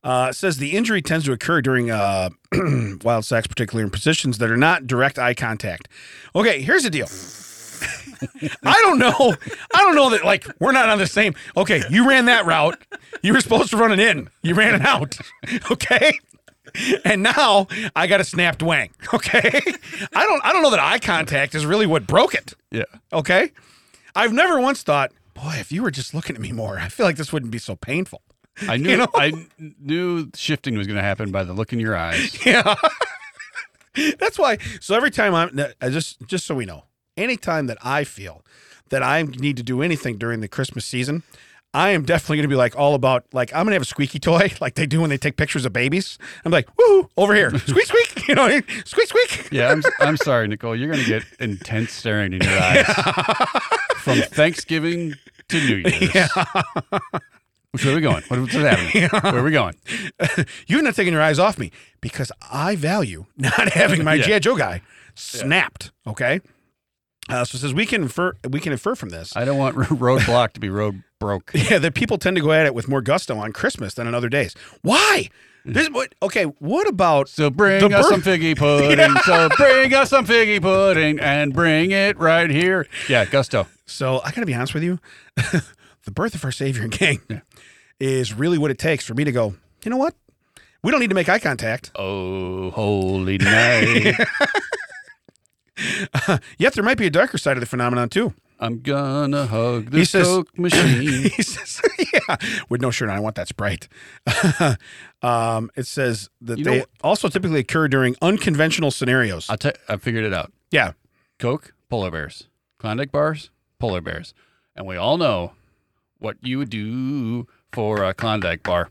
Speaker 1: Uh, it says the injury tends to occur during uh, [clears throat] wild sex, particularly in positions that are not direct eye contact. Okay, here's the deal. [laughs] I don't know. I don't know that like we're not on the same. Okay, you ran that route. You were supposed to run it in. You ran it out. [laughs] Okay. And now I got a snapped wang. [laughs] Okay. I don't I don't know that eye contact is really what broke it.
Speaker 2: Yeah.
Speaker 1: Okay. I've never once thought, boy, if you were just looking at me more, I feel like this wouldn't be so painful. [laughs]
Speaker 2: I knew
Speaker 1: You know?
Speaker 2: I knew shifting was going to happen by the look in your [laughs] eyes.
Speaker 1: Yeah. That's why. So every time I'm, I just just so we know, anytime that I feel that I need to do anything during the Christmas season, I am definitely going to be like all about like I'm going to have a squeaky toy [laughs] like they do when they take pictures of babies. I'm like, woo, over here, squeak, squeak, [laughs] you know, what I mean? squeak, squeak.
Speaker 2: Yeah, I'm, I'm sorry, Nicole. You're going to get intense staring [laughs] in your eyes from Thanksgiving to
Speaker 1: [laughs]
Speaker 2: New [laughs] Year's. Which way are we going? What, what's happening? [laughs] Where are we going?
Speaker 1: You're not taking your eyes off me because I value [laughs] not having my
Speaker 2: [laughs] Yeah.
Speaker 1: GI Joe guy snapped. Okay. Uh, so it says we can infer we can infer from this
Speaker 2: I don't want roadblock to be road broke.
Speaker 1: [laughs] Yeah, that people tend to go at it with more gusto on Christmas than on other days. Why?
Speaker 2: Mm.
Speaker 1: This what? Okay, what about?
Speaker 2: So bring
Speaker 1: The
Speaker 2: us
Speaker 1: birth-
Speaker 2: some figgy pudding. So bring us some figgy pudding and bring it right here. Yeah, gusto.
Speaker 1: So I gotta be honest with you, [laughs] the birth of our Savior and King is really what it takes for me to go. You know what? We don't need to make eye contact.
Speaker 2: Oh, holy night.
Speaker 1: Yet there might be a darker side of the phenomenon too.
Speaker 2: I'm gonna hug
Speaker 1: He
Speaker 2: this
Speaker 1: says-
Speaker 2: Coke [coughs] machine.
Speaker 1: [laughs] He says, "Yeah, with no shirt on, I want that Sprite." [laughs] um, it says that
Speaker 2: You know Uh,
Speaker 1: they
Speaker 2: what-
Speaker 1: also typically occur during unconventional scenarios.
Speaker 2: I te- I figured it out.
Speaker 1: yeah,
Speaker 2: Coke, polar bears. Klondike bars, polar bears. And we all know what you would do for a Klondike bar.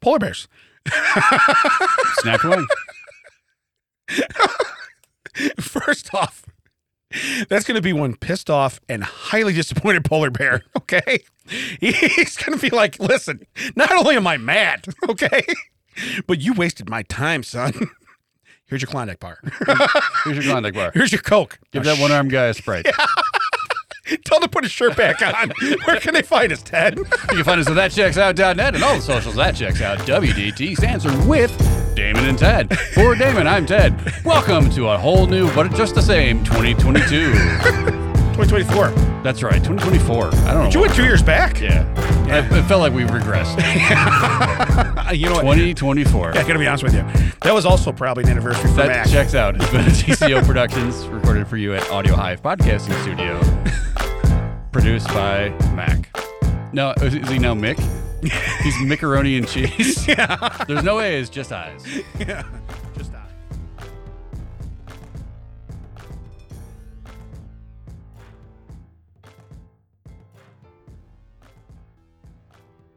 Speaker 1: polar bears. [laughs]
Speaker 2: Snap away.
Speaker 1: First off, that's going to be one pissed off and highly disappointed polar bear. [laughs] Okay. He's going to be like, listen, not only am I mad, [laughs] okay, but you wasted my time, son. [laughs] Here's your Klondike bar. [laughs]
Speaker 2: Here's your Klondike bar.
Speaker 1: Here's your Coke.
Speaker 2: Give that one armed guy a [laughs] Sprite.
Speaker 1: Tell him to put his shirt back on. [laughs] Where can they find us, Ted? [laughs]
Speaker 2: You can find us at thatchecksout.net and all the socials. That checks out. WDT stands for with Damon and Ted. For Damon, I'm Ted. Welcome to a whole new, but just the same, 2022.
Speaker 1: 2024.
Speaker 2: That's right, 2024. I don't know.
Speaker 1: You went two years back.
Speaker 2: yeah. I, it felt like we regressed.
Speaker 1: Uh, you know what?
Speaker 2: 2024.
Speaker 1: I gotta be honest with you. That was also probably an anniversary for
Speaker 2: That
Speaker 1: Mac.
Speaker 2: checks out. It's been a TCO [laughs] Productions recorded for you at Audio Hive Podcasting Studio, produced by
Speaker 1: [laughs]
Speaker 2: Mac. No, is is he now Mick? He's macaroni and cheese. There's no A's, just I's.